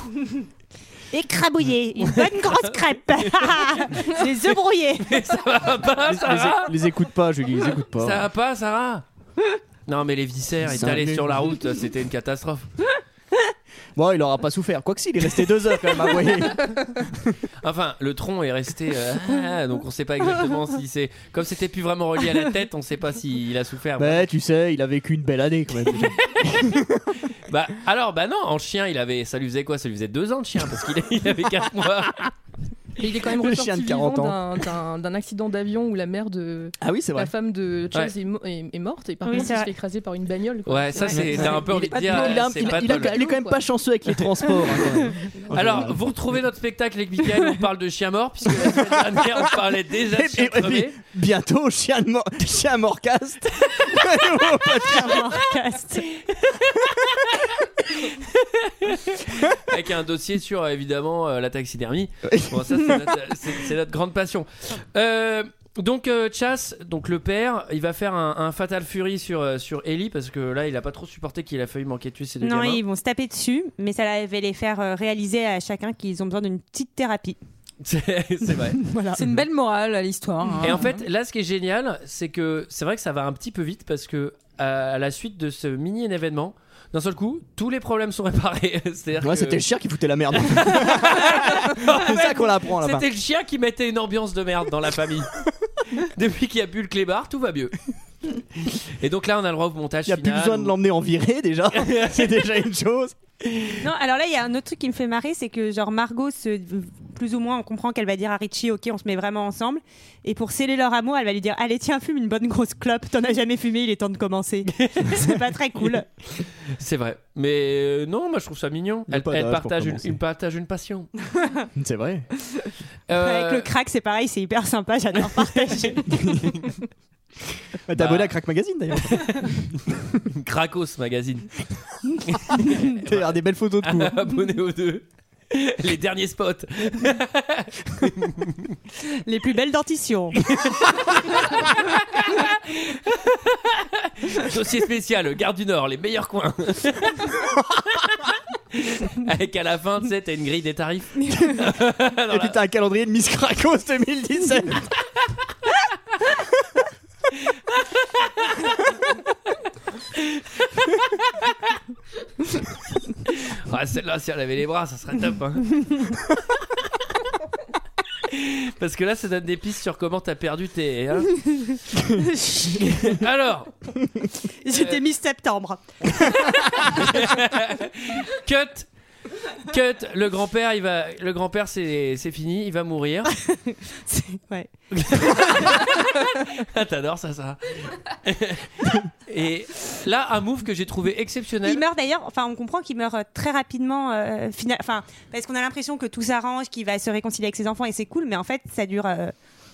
Speaker 13: écrabouillé, une bonne grosse crêpe, les œufs brouillés.
Speaker 1: Ça va pas,
Speaker 7: Les,
Speaker 1: Sarah
Speaker 7: les écoute pas, Julie, les écoute pas.
Speaker 1: Ça va pas, Sarah Non, mais les viscères
Speaker 7: C'est
Speaker 1: étalés
Speaker 7: un-
Speaker 1: sur la route, c'était une catastrophe.
Speaker 7: Bon, il aura pas souffert. Quoique, s'il est resté deux heures quand même à voyer.
Speaker 1: Enfin, le tronc est resté. euh, ah, donc on sait pas exactement si c'est. Comme c'était plus vraiment relié à la tête, on sait pas s'il a souffert.
Speaker 7: Bah, tu sais, il a vécu une belle année quand même. déjà.
Speaker 1: Bah alors, bah non, en chien, il avait. Ça lui faisait quoi Ça lui faisait deux ans de chien parce qu'il il avait quatre mois.
Speaker 6: Mais il est quand même
Speaker 1: Le
Speaker 6: ressorti
Speaker 1: chien de
Speaker 6: vivant
Speaker 1: 40 ans.
Speaker 6: d'un- d'un- d'un accident d'avion où la mère de
Speaker 1: Ah oui, c'est vrai.
Speaker 6: la femme de Charles
Speaker 1: Ouais.
Speaker 6: est, mo- est- est morte et par
Speaker 1: Oui,
Speaker 6: contre
Speaker 1: c'est
Speaker 6: il se
Speaker 1: vrai.
Speaker 6: fait écraser par une bagnole. quoi.
Speaker 1: Ouais, ça c'est. T'as un peu envie de dire.
Speaker 7: Ah,
Speaker 1: euh,
Speaker 7: il, a-
Speaker 1: c'est
Speaker 7: il a-
Speaker 1: pas
Speaker 7: il a-
Speaker 1: drôle.
Speaker 7: il est quand même pas chanceux avec les transports. hein, quand même.
Speaker 1: Alors, vous retrouvez notre spectacle avec Michael où on parle de chien mort, puisque la semaine dernière on parlait déjà de
Speaker 7: Et puis-
Speaker 1: chien
Speaker 7: et puis,
Speaker 1: crevé.
Speaker 7: bientôt, chien, de mor- chien morcast. Au podcast.
Speaker 1: avec un dossier sur euh, évidemment euh, la taxidermie. Bon, ça, c'est notre, c'est- c'est notre grande passion. Euh, donc euh, Chas, donc le père, il va faire un, un fatal fury sur euh, sur Ellie parce que là, il a pas trop supporté qu'il a failli manquer de tuer ses deux
Speaker 13: Non,
Speaker 1: gamins.
Speaker 13: ils vont se taper dessus, mais ça va les faire euh, réaliser à chacun qu'ils ont besoin d'une petite thérapie.
Speaker 1: C'est c'est vrai.
Speaker 12: C'est une belle morale à l'histoire. hein.
Speaker 1: Et en fait, là, ce qui est génial, c'est que c'est vrai que ça va un petit peu vite parce que à à la suite de ce mini événement, d'un seul coup, tous les problèmes sont réparés. C'est-à-dire
Speaker 7: Ouais,
Speaker 1: que-
Speaker 7: c'était le chien qui foutait la merde. c'est ça qu'on apprend là-bas.
Speaker 1: C'était le chien qui mettait une ambiance de merde dans la famille. Depuis qu'il y a bu le clébard, tout va mieux. Et donc là, on a le droit au montage.
Speaker 7: Il n'y a plus
Speaker 1: final
Speaker 7: besoin de
Speaker 1: où-
Speaker 7: l'emmener en virée déjà. c'est déjà une chose.
Speaker 13: Non, alors là, il y a un autre truc qui me fait marrer, c'est que genre Margot, se, plus ou moins, on comprend qu'elle va dire à Richie, ok, on se met vraiment ensemble. Et pour sceller leur amour, elle va lui dire, allez, tiens, fume une bonne grosse clope. T'en as jamais fumé, il est temps de commencer. c'est pas très cool.
Speaker 1: C'est vrai. Mais euh, non, moi je trouve ça mignon.
Speaker 7: Il y a
Speaker 1: Elle,
Speaker 7: pas
Speaker 1: elle
Speaker 7: d'âge pour
Speaker 1: partage une,
Speaker 7: commencer.
Speaker 1: une partage une passion.
Speaker 7: C'est vrai.
Speaker 1: Euh,
Speaker 13: Avec le crack, c'est pareil, c'est hyper sympa, j'adore partager.
Speaker 7: T'as abonné à Crack Magazine d'ailleurs.
Speaker 1: Krakos Magazine.
Speaker 7: T'as l'air des belles photos de hein. coups.
Speaker 1: Abonné aux deux. Les derniers spots.
Speaker 13: Les plus belles dentitions.
Speaker 1: Dossier spécial, Gare du Nord, les meilleurs coins. Avec à la fin, tu sais, t'as une grille des tarifs.
Speaker 7: Et puis t'as un calendrier de Miss Krakos 2017.
Speaker 1: Ah, celle-là, si elle avait les bras, ça serait top. hein. Parce que là, ça donne des pistes sur comment t'as perdu tes. hein. Alors,
Speaker 13: J'étais mis septembre.
Speaker 1: cut Cut Le grand-père, il va... le grand-père c'est... c'est fini, il va mourir.
Speaker 13: Ouais.
Speaker 1: Ah, T'adores ça, ça. Et là, un move que j'ai trouvé exceptionnel.
Speaker 13: Il meurt d'ailleurs, enfin on comprend qu'il meurt euh, très rapidement, euh, fina- enfin parce qu'on a l'impression que tout s'arrange, qu'il va se réconcilier avec ses enfants et c'est cool, mais en fait ça dure euh,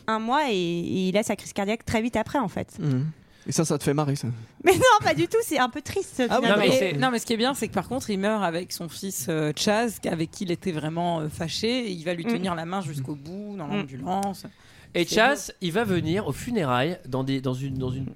Speaker 13: un mois et, et il a sa crise cardiaque très vite après en fait.
Speaker 7: Mm. Et ça, ça te fait marrer ça.
Speaker 13: Mais non, pas du tout, c'est un peu triste.
Speaker 1: Ah
Speaker 12: non,
Speaker 13: finalement.
Speaker 12: Ah mais, non, mais ce qui est bien, c'est que par contre, il meurt avec son fils euh, Chaz, avec qui il était vraiment euh, fâché, et il va lui
Speaker 13: Mm.
Speaker 12: tenir la main jusqu'au bout dans l'ambulance.
Speaker 1: Et
Speaker 12: C'est
Speaker 1: Chas, il va venir aux funérailles dans, des, dans, une, dans, une,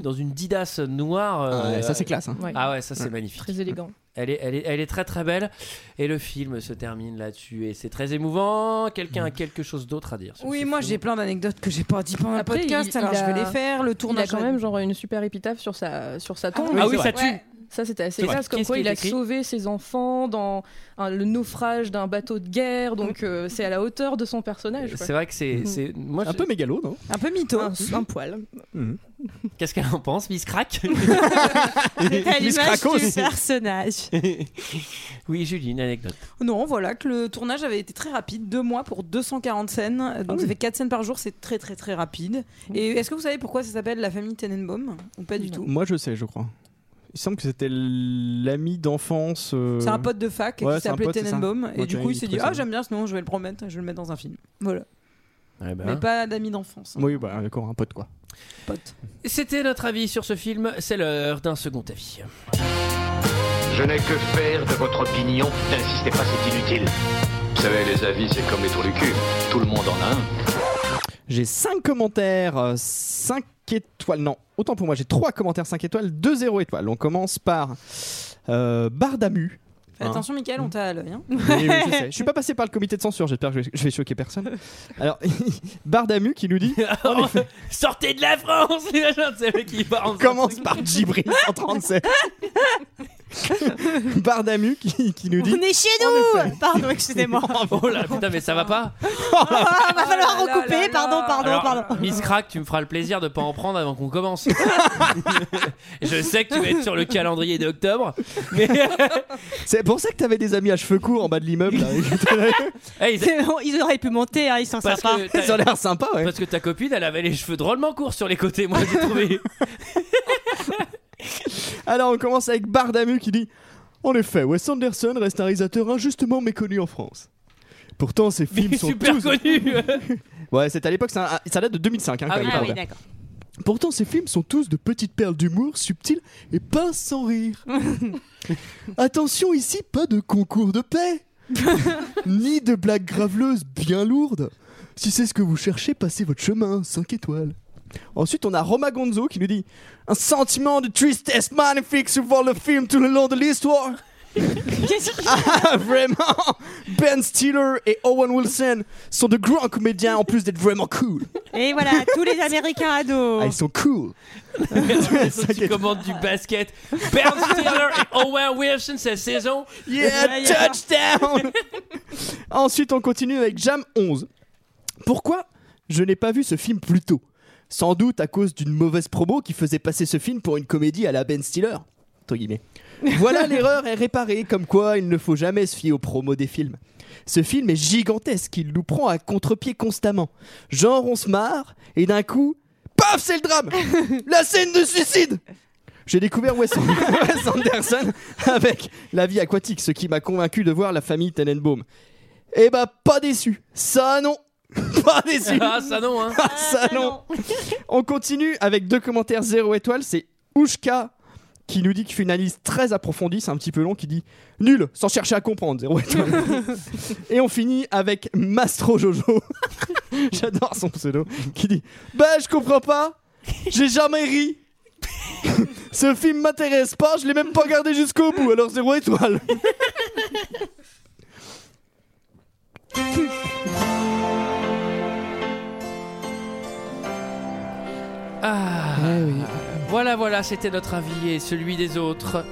Speaker 1: dans une Didas noire. euh,
Speaker 7: Ah ouais, ça, c'est classe, hein.
Speaker 6: Ouais.
Speaker 1: Ah ouais, ça c'est magnifique.
Speaker 6: Très élégant.
Speaker 1: Elle est, elle, est, elle est très très belle. Et le film se termine là-dessus. Et c'est très émouvant. Quelqu'un
Speaker 7: Mm.
Speaker 1: a quelque chose d'autre à dire sur
Speaker 12: Oui,
Speaker 1: ce
Speaker 12: moi
Speaker 1: film
Speaker 12: j'ai plein d'anecdotes que j'ai pas dit pendant
Speaker 6: Après,
Speaker 12: le podcast,
Speaker 6: il-
Speaker 12: alors
Speaker 6: il
Speaker 12: je
Speaker 6: a-
Speaker 12: vais les faire. Le tournage.
Speaker 6: Il a quand même genre une super épitaphe sur sa sur sa tombe.
Speaker 1: oui, Ah oui, c'est ça vrai. tue.
Speaker 6: Ouais. Ça c'était assez
Speaker 1: Qu'est-ce-
Speaker 6: classe comme
Speaker 1: qu'est-ce
Speaker 6: quoi
Speaker 1: qui
Speaker 6: il
Speaker 1: est
Speaker 6: a
Speaker 1: écrit
Speaker 6: sauvé ses enfants dans un- le naufrage d'un bateau de guerre
Speaker 2: Mmh.
Speaker 6: donc euh, c'est à la hauteur de son personnage. quoi.
Speaker 1: C'est vrai que c'est.
Speaker 6: Mhm.
Speaker 1: c'est- Moi,
Speaker 7: Mm. Un
Speaker 1: je-
Speaker 7: peu mégalo, non
Speaker 12: Un peu mytho.
Speaker 6: Un, un poil.
Speaker 1: Qu'est-ce qu'elle en pense Miss Crack
Speaker 7: Mm.
Speaker 13: C'est
Speaker 1: Miss
Speaker 13: à l'image
Speaker 1: Krakos.
Speaker 13: du personnage.
Speaker 1: Oui, Julie, une anecdote.
Speaker 12: Non, voilà que le tournage avait été très rapide, deux mois pour 240 scènes,
Speaker 13: Ah
Speaker 12: donc ça fait 4 scènes par jour, c'est très très très rapide.
Speaker 13: Mmh.
Speaker 12: Et est-ce que vous savez pourquoi ça s'appelle la famille Tenenbaum ou pas du tout
Speaker 7: Moi, je sais, je crois. Il semble que c'était l'ami d'enfance. euh,
Speaker 12: C'est un pote de fac
Speaker 7: ouais,
Speaker 12: qui
Speaker 7: c'est un
Speaker 12: s'appelait
Speaker 7: pote, c'est ça.
Speaker 12: Tenenbaum et
Speaker 7: Ok,
Speaker 12: du coup il s'est dit
Speaker 7: trouvait
Speaker 12: ah
Speaker 7: ça.
Speaker 12: j'aime bien ce nom, je vais le prendre, je vais le mettre dans un film. Voilà.
Speaker 1: Eh ben.
Speaker 12: Mais pas d'amis d'enfance.
Speaker 7: Oui, bah d'accord, un pote quoi.
Speaker 1: C'était notre avis sur ce film. C'est l'heure d'un second avis.
Speaker 2: Je n'ai que faire de votre opinion. N'insistez pas, c'est inutile.
Speaker 15: Vous savez, les avis, c'est comme les trous du cul. Tout le monde en a un.
Speaker 7: J'ai 5 commentaires, 5 étoiles. Non, autant pour moi, j'ai 3 commentaires 5 étoiles, 2 0 étoiles. On commence par euh, Bardamu. Hein.
Speaker 12: Attention, Michael, on t'a à l'œil. hein.
Speaker 7: Oui, oui, je sais. Je suis pas passé par le comité de censure, j'espère que je vais- je vais choquer personne. Alors, Bardamu qui nous dit En effet,
Speaker 1: Sortez de la France les agents, c'est le qui part en
Speaker 7: commence par Djibril 137. Bardamu qui, qui nous dit
Speaker 13: On est chez nous Pardon, excusez-moi.
Speaker 1: Oh là putain, mais ça va pas
Speaker 13: Ah, va falloir recouper, pardon, pardon,
Speaker 1: Alors,
Speaker 13: pardon.
Speaker 1: Miss Crack, tu me feras le plaisir de pas en prendre avant qu'on commence. je sais que tu vas être sur le calendrier d'octobre, mais
Speaker 7: C'est pour ça que t'avais des amis à cheveux courts en bas de l'immeuble. là.
Speaker 1: Hey, ils-
Speaker 13: C'est bon, ils auraient pu monter, hein, ils sont
Speaker 1: Parce
Speaker 13: sympas.
Speaker 1: que t'as-
Speaker 7: Ils ont l'air sympas, ouais.
Speaker 1: Parce que ta copine, elle avait les cheveux drôlement courts sur les côtés, moi j'ai trouvé.
Speaker 7: Alors, on commence avec Bardamu qui dit En effet, Wes Anderson reste un réalisateur injustement méconnu en France. Pourtant, ses films sont
Speaker 1: super
Speaker 7: tous-
Speaker 1: connu.
Speaker 7: Ouais, c'est à l'époque, c'est un- ça date de 2005 hein, quand
Speaker 1: Ah
Speaker 7: même,
Speaker 1: oui,
Speaker 7: par
Speaker 1: ah oui,
Speaker 7: là.
Speaker 1: d'accord.
Speaker 7: Pourtant, ces films sont tous de petites perles d'humour subtiles et pas sans rire. Attention ici, pas de concours de paix, ni de blagues graveleuses bien lourdes. Si c'est ce que vous cherchez, passez votre chemin, 5 étoiles. Ensuite, on a Roma Gonzo qui nous dit Un sentiment de tristesse magnifique suivant le film tout le long de l'histoire. Ah, vraiment Ben Stiller et Owen Wilson sont de grands comédiens en plus d'être vraiment cool.
Speaker 13: Et voilà, tous les Américains ados.
Speaker 7: Ah, ils sont cool.
Speaker 1: tu commandes du basket. Bernd Stiller et Owen Wilson cette saison.
Speaker 7: Yeah, touchdown Ensuite, on continue avec Jam 11. Pourquoi je n'ai pas vu ce film plus tôt Sans doute à cause d'une mauvaise promo qui faisait passer ce film pour une comédie à la Ben Stiller. Entre guillemets. Voilà, l'erreur est réparée, comme quoi il ne faut jamais se fier aux promos des films. Ce film est gigantesque, il nous prend à contre-pied constamment. Genre, on se marre, et d'un coup, paf, c'est le drame La scène de suicide j'ai découvert Wes Wes Anderson avec La vie aquatique, ce qui m'a convaincu de voir la famille Tenenbaum. Eh bah, pas déçu. Ça, non. Pas déçu.
Speaker 1: Ah, ça non, hein.
Speaker 7: Ah, ça, non. On continue avec deux commentaires zéro étoile. C'est Ushka qui nous dit qu'il fait une analyse très approfondie, c'est un petit peu long, qui dit nul, sans chercher à comprendre, zéro étoile. Et on finit avec Mastro Jojo, j'adore son pseudo, qui dit Bah, je comprends pas, j'ai jamais ri. Ce film m'intéresse pas, je l'ai même pas regardé jusqu'au bout, alors zéro étoile.
Speaker 1: Ah, Voilà, voilà, c'était notre avis et celui des autres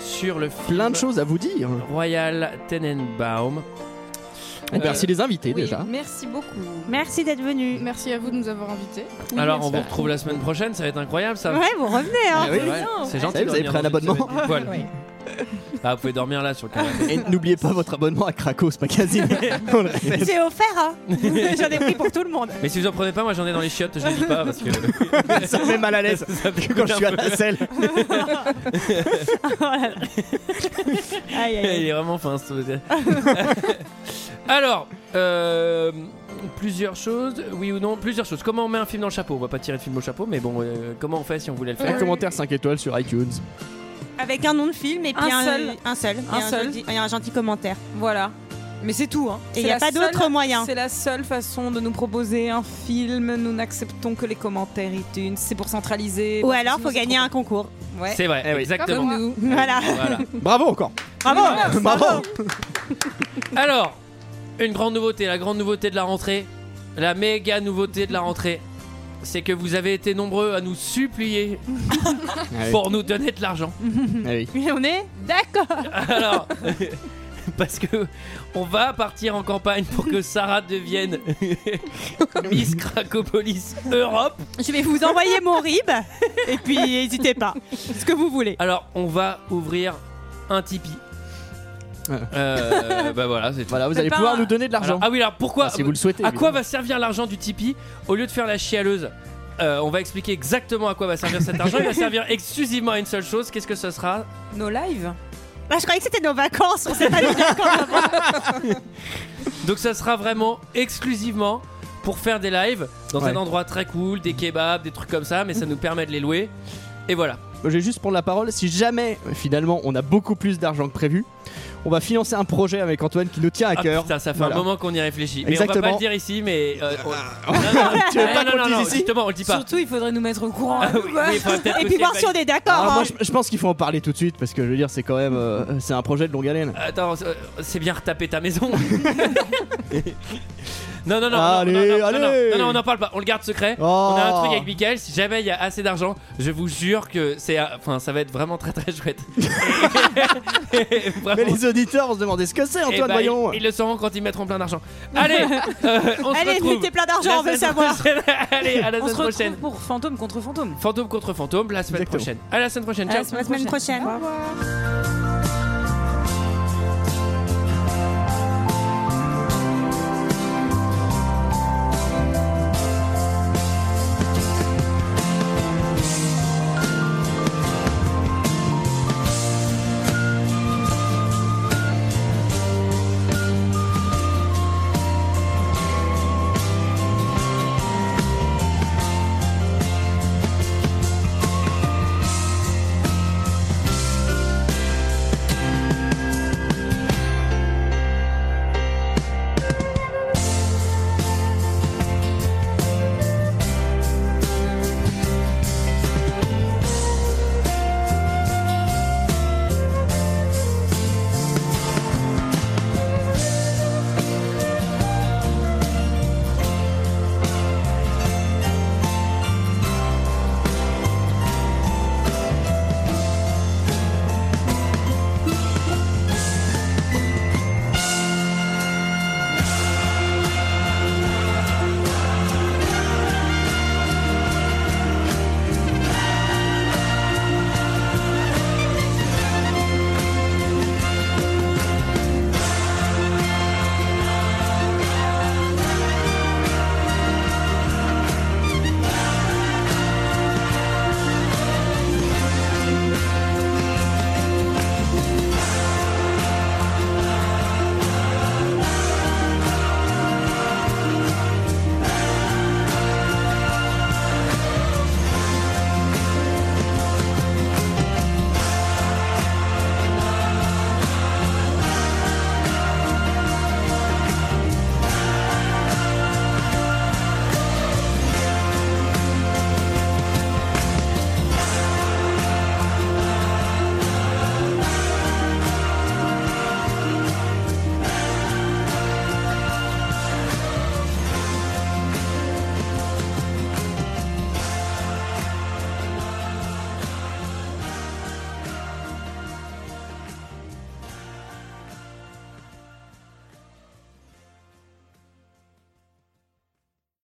Speaker 1: sur le film.
Speaker 7: Plein de choses à vous dire.
Speaker 1: Royal Tenenbaum.
Speaker 7: Et merci Eh ben, les invités déjà.
Speaker 11: Merci beaucoup.
Speaker 13: Merci d'être venu.
Speaker 11: Merci à vous de nous avoir invités.
Speaker 1: Alors, on vous retrouve la semaine prochaine, ça va être incroyable ça.
Speaker 13: Ouais, vous revenez,
Speaker 1: Ah
Speaker 13: hein.
Speaker 1: oui,
Speaker 13: C'est
Speaker 1: ouais.
Speaker 13: bien.
Speaker 1: C'est gentil.
Speaker 7: Vous avez
Speaker 1: de
Speaker 7: pris un
Speaker 1: revenir dans une
Speaker 7: abonnement
Speaker 1: semaine. Voilà. Ah, vous pouvez dormir là sur le canapé.
Speaker 7: Et n'oubliez pas votre abonnement à Krakos Magazine. On le répète.
Speaker 13: C'est offert, hein. J'en ai pris pour tout le monde.
Speaker 1: Mais si vous en prenez pas, moi j'en ai dans les chiottes, je les dis pas parce que.
Speaker 7: ça me met mal à l'aise que quand je suis à la selle.
Speaker 13: Aïe, aïe, aïe.
Speaker 1: Il est vraiment fin ce Alors, euh, plusieurs choses, oui ou non, plusieurs choses. Comment on met un film dans le chapeau On va pas tirer de film au chapeau, mais bon, euh, comment on fait si on voulait le
Speaker 7: Un
Speaker 1: faire
Speaker 7: commentaire 5 étoiles sur iTunes.
Speaker 13: Avec un nom de film et puis
Speaker 12: Un
Speaker 13: un,
Speaker 12: seul.
Speaker 13: un seul.
Speaker 12: Un
Speaker 13: et un
Speaker 12: seul.
Speaker 13: gentil- et un gentil commentaire.
Speaker 12: Voilà. Mais c'est tout. Hein.
Speaker 13: Et
Speaker 12: C'est
Speaker 13: y a
Speaker 12: la
Speaker 13: pas
Speaker 12: seule-
Speaker 13: d'autre moyen.
Speaker 12: C'est la seule façon de nous proposer un film. Nous n'acceptons que les commentaires iTunes. C'est pour centraliser.
Speaker 13: Ou
Speaker 12: parce que
Speaker 13: alors,
Speaker 12: sinon,
Speaker 13: faut
Speaker 12: c'est
Speaker 13: gagner
Speaker 12: trop-
Speaker 13: un concours.
Speaker 12: Ouais. Eh
Speaker 1: C'est vrai, exactement.
Speaker 12: Comme nous.
Speaker 13: Voilà.
Speaker 1: Voilà.
Speaker 7: Bravo encore.
Speaker 13: Bravo.
Speaker 7: Bravo.
Speaker 1: Alors, une grande nouveauté, la grande nouveauté de la rentrée, la méga nouveauté de la rentrée, c'est que vous avez été nombreux à nous supplier
Speaker 7: Ah
Speaker 1: pour nous donner de l'argent.
Speaker 13: Mais on est d'accord.
Speaker 1: Alors, parce que on va partir en campagne pour que Sarah devienne Miss Cracopolis Europe.
Speaker 13: Je vais vous envoyer mon rib et puis n'hésitez pas. Ce que vous voulez.
Speaker 1: Alors, on va ouvrir un Tipeee.
Speaker 7: Ah.
Speaker 1: Euh, bah voilà, c'est tout.
Speaker 7: Voilà, vous allez pouvoir nous donner de l'argent.
Speaker 1: Alors, ah oui, alors pourquoi
Speaker 7: Ah, si vous le souhaitez,
Speaker 1: À quoi va servir l'argent du Tipeee Au lieu de faire la chialeuse, euh, on va expliquer exactement à quoi va servir cet argent. Il va servir exclusivement à une seule chose. Qu'est-ce que ce sera
Speaker 12: Nos lives.
Speaker 13: Bah, je croyais que c'était nos vacances. On s'est pas dit d'accord.
Speaker 1: Donc ça sera vraiment exclusivement pour faire des lives dans
Speaker 7: Ouais. Mhm.
Speaker 1: un endroit très cool, des kebabs, des trucs comme ça, mais ça nous permet de les louer. Et voilà.
Speaker 7: Je vais juste prendre la parole. Si jamais, finalement, on a beaucoup plus d'argent que prévu, on va financer un projet avec Antoine qui nous tient à
Speaker 1: Ah,
Speaker 7: cœur.
Speaker 1: putain, ça fait
Speaker 7: Voilà.
Speaker 1: un moment qu'on y réfléchit. Mais on va
Speaker 7: Exactement. Ah,
Speaker 1: pas le dire ici, mais. euh, on-
Speaker 7: Tu veux
Speaker 1: Non,
Speaker 7: pas
Speaker 1: non,
Speaker 7: qu'on
Speaker 1: non,
Speaker 7: le dise
Speaker 1: non,
Speaker 7: ici
Speaker 1: Justement, on le dit pas. Ah
Speaker 12: Surtout, il faudrait nous mettre au courant. euh,
Speaker 1: oui, faudrait peut-être
Speaker 12: et
Speaker 1: aussi
Speaker 12: puis voir si on est d'accord.
Speaker 7: Ah,
Speaker 12: hein.
Speaker 7: moi, je, je pense qu'il faut en parler tout de suite parce que je veux dire, c'est quand même euh, c'est un projet de longue haleine.
Speaker 1: Attends, euh, c'est bien retaper ta maison. non, non, non, non,
Speaker 7: Allez,
Speaker 1: non, non, non,
Speaker 7: allez.
Speaker 1: non, non, non, on n'en parle pas. On le garde
Speaker 7: Oh.
Speaker 1: secret. On a un
Speaker 12: Oh.
Speaker 1: truc avec Michael. Si jamais il y a assez d'argent, je vous jure que c'est, euh, enfin, ça va être vraiment très très chouette.
Speaker 7: Mais les auditeurs vont se demander ce que c'est,
Speaker 1: Eh
Speaker 7: Antoine,
Speaker 1: ben,
Speaker 7: voyons.
Speaker 1: ils, ils le sauront quand ils mettront plein d'argent. Allez, euh, on se
Speaker 12: Allez,
Speaker 1: retrouve.
Speaker 12: mettez plein d'argent,
Speaker 1: la
Speaker 12: on veut
Speaker 1: semaine
Speaker 12: savoir.
Speaker 1: prochaine. Allez, à la
Speaker 12: on se
Speaker 1: semaine
Speaker 12: retrouve
Speaker 1: prochaine.
Speaker 12: pour fantôme contre fantôme.
Speaker 1: Fantôme contre fantôme, la semaine prochaine. À la semaine prochaine.
Speaker 12: À la
Speaker 1: ciao.
Speaker 12: semaine prochaine. Au revoir.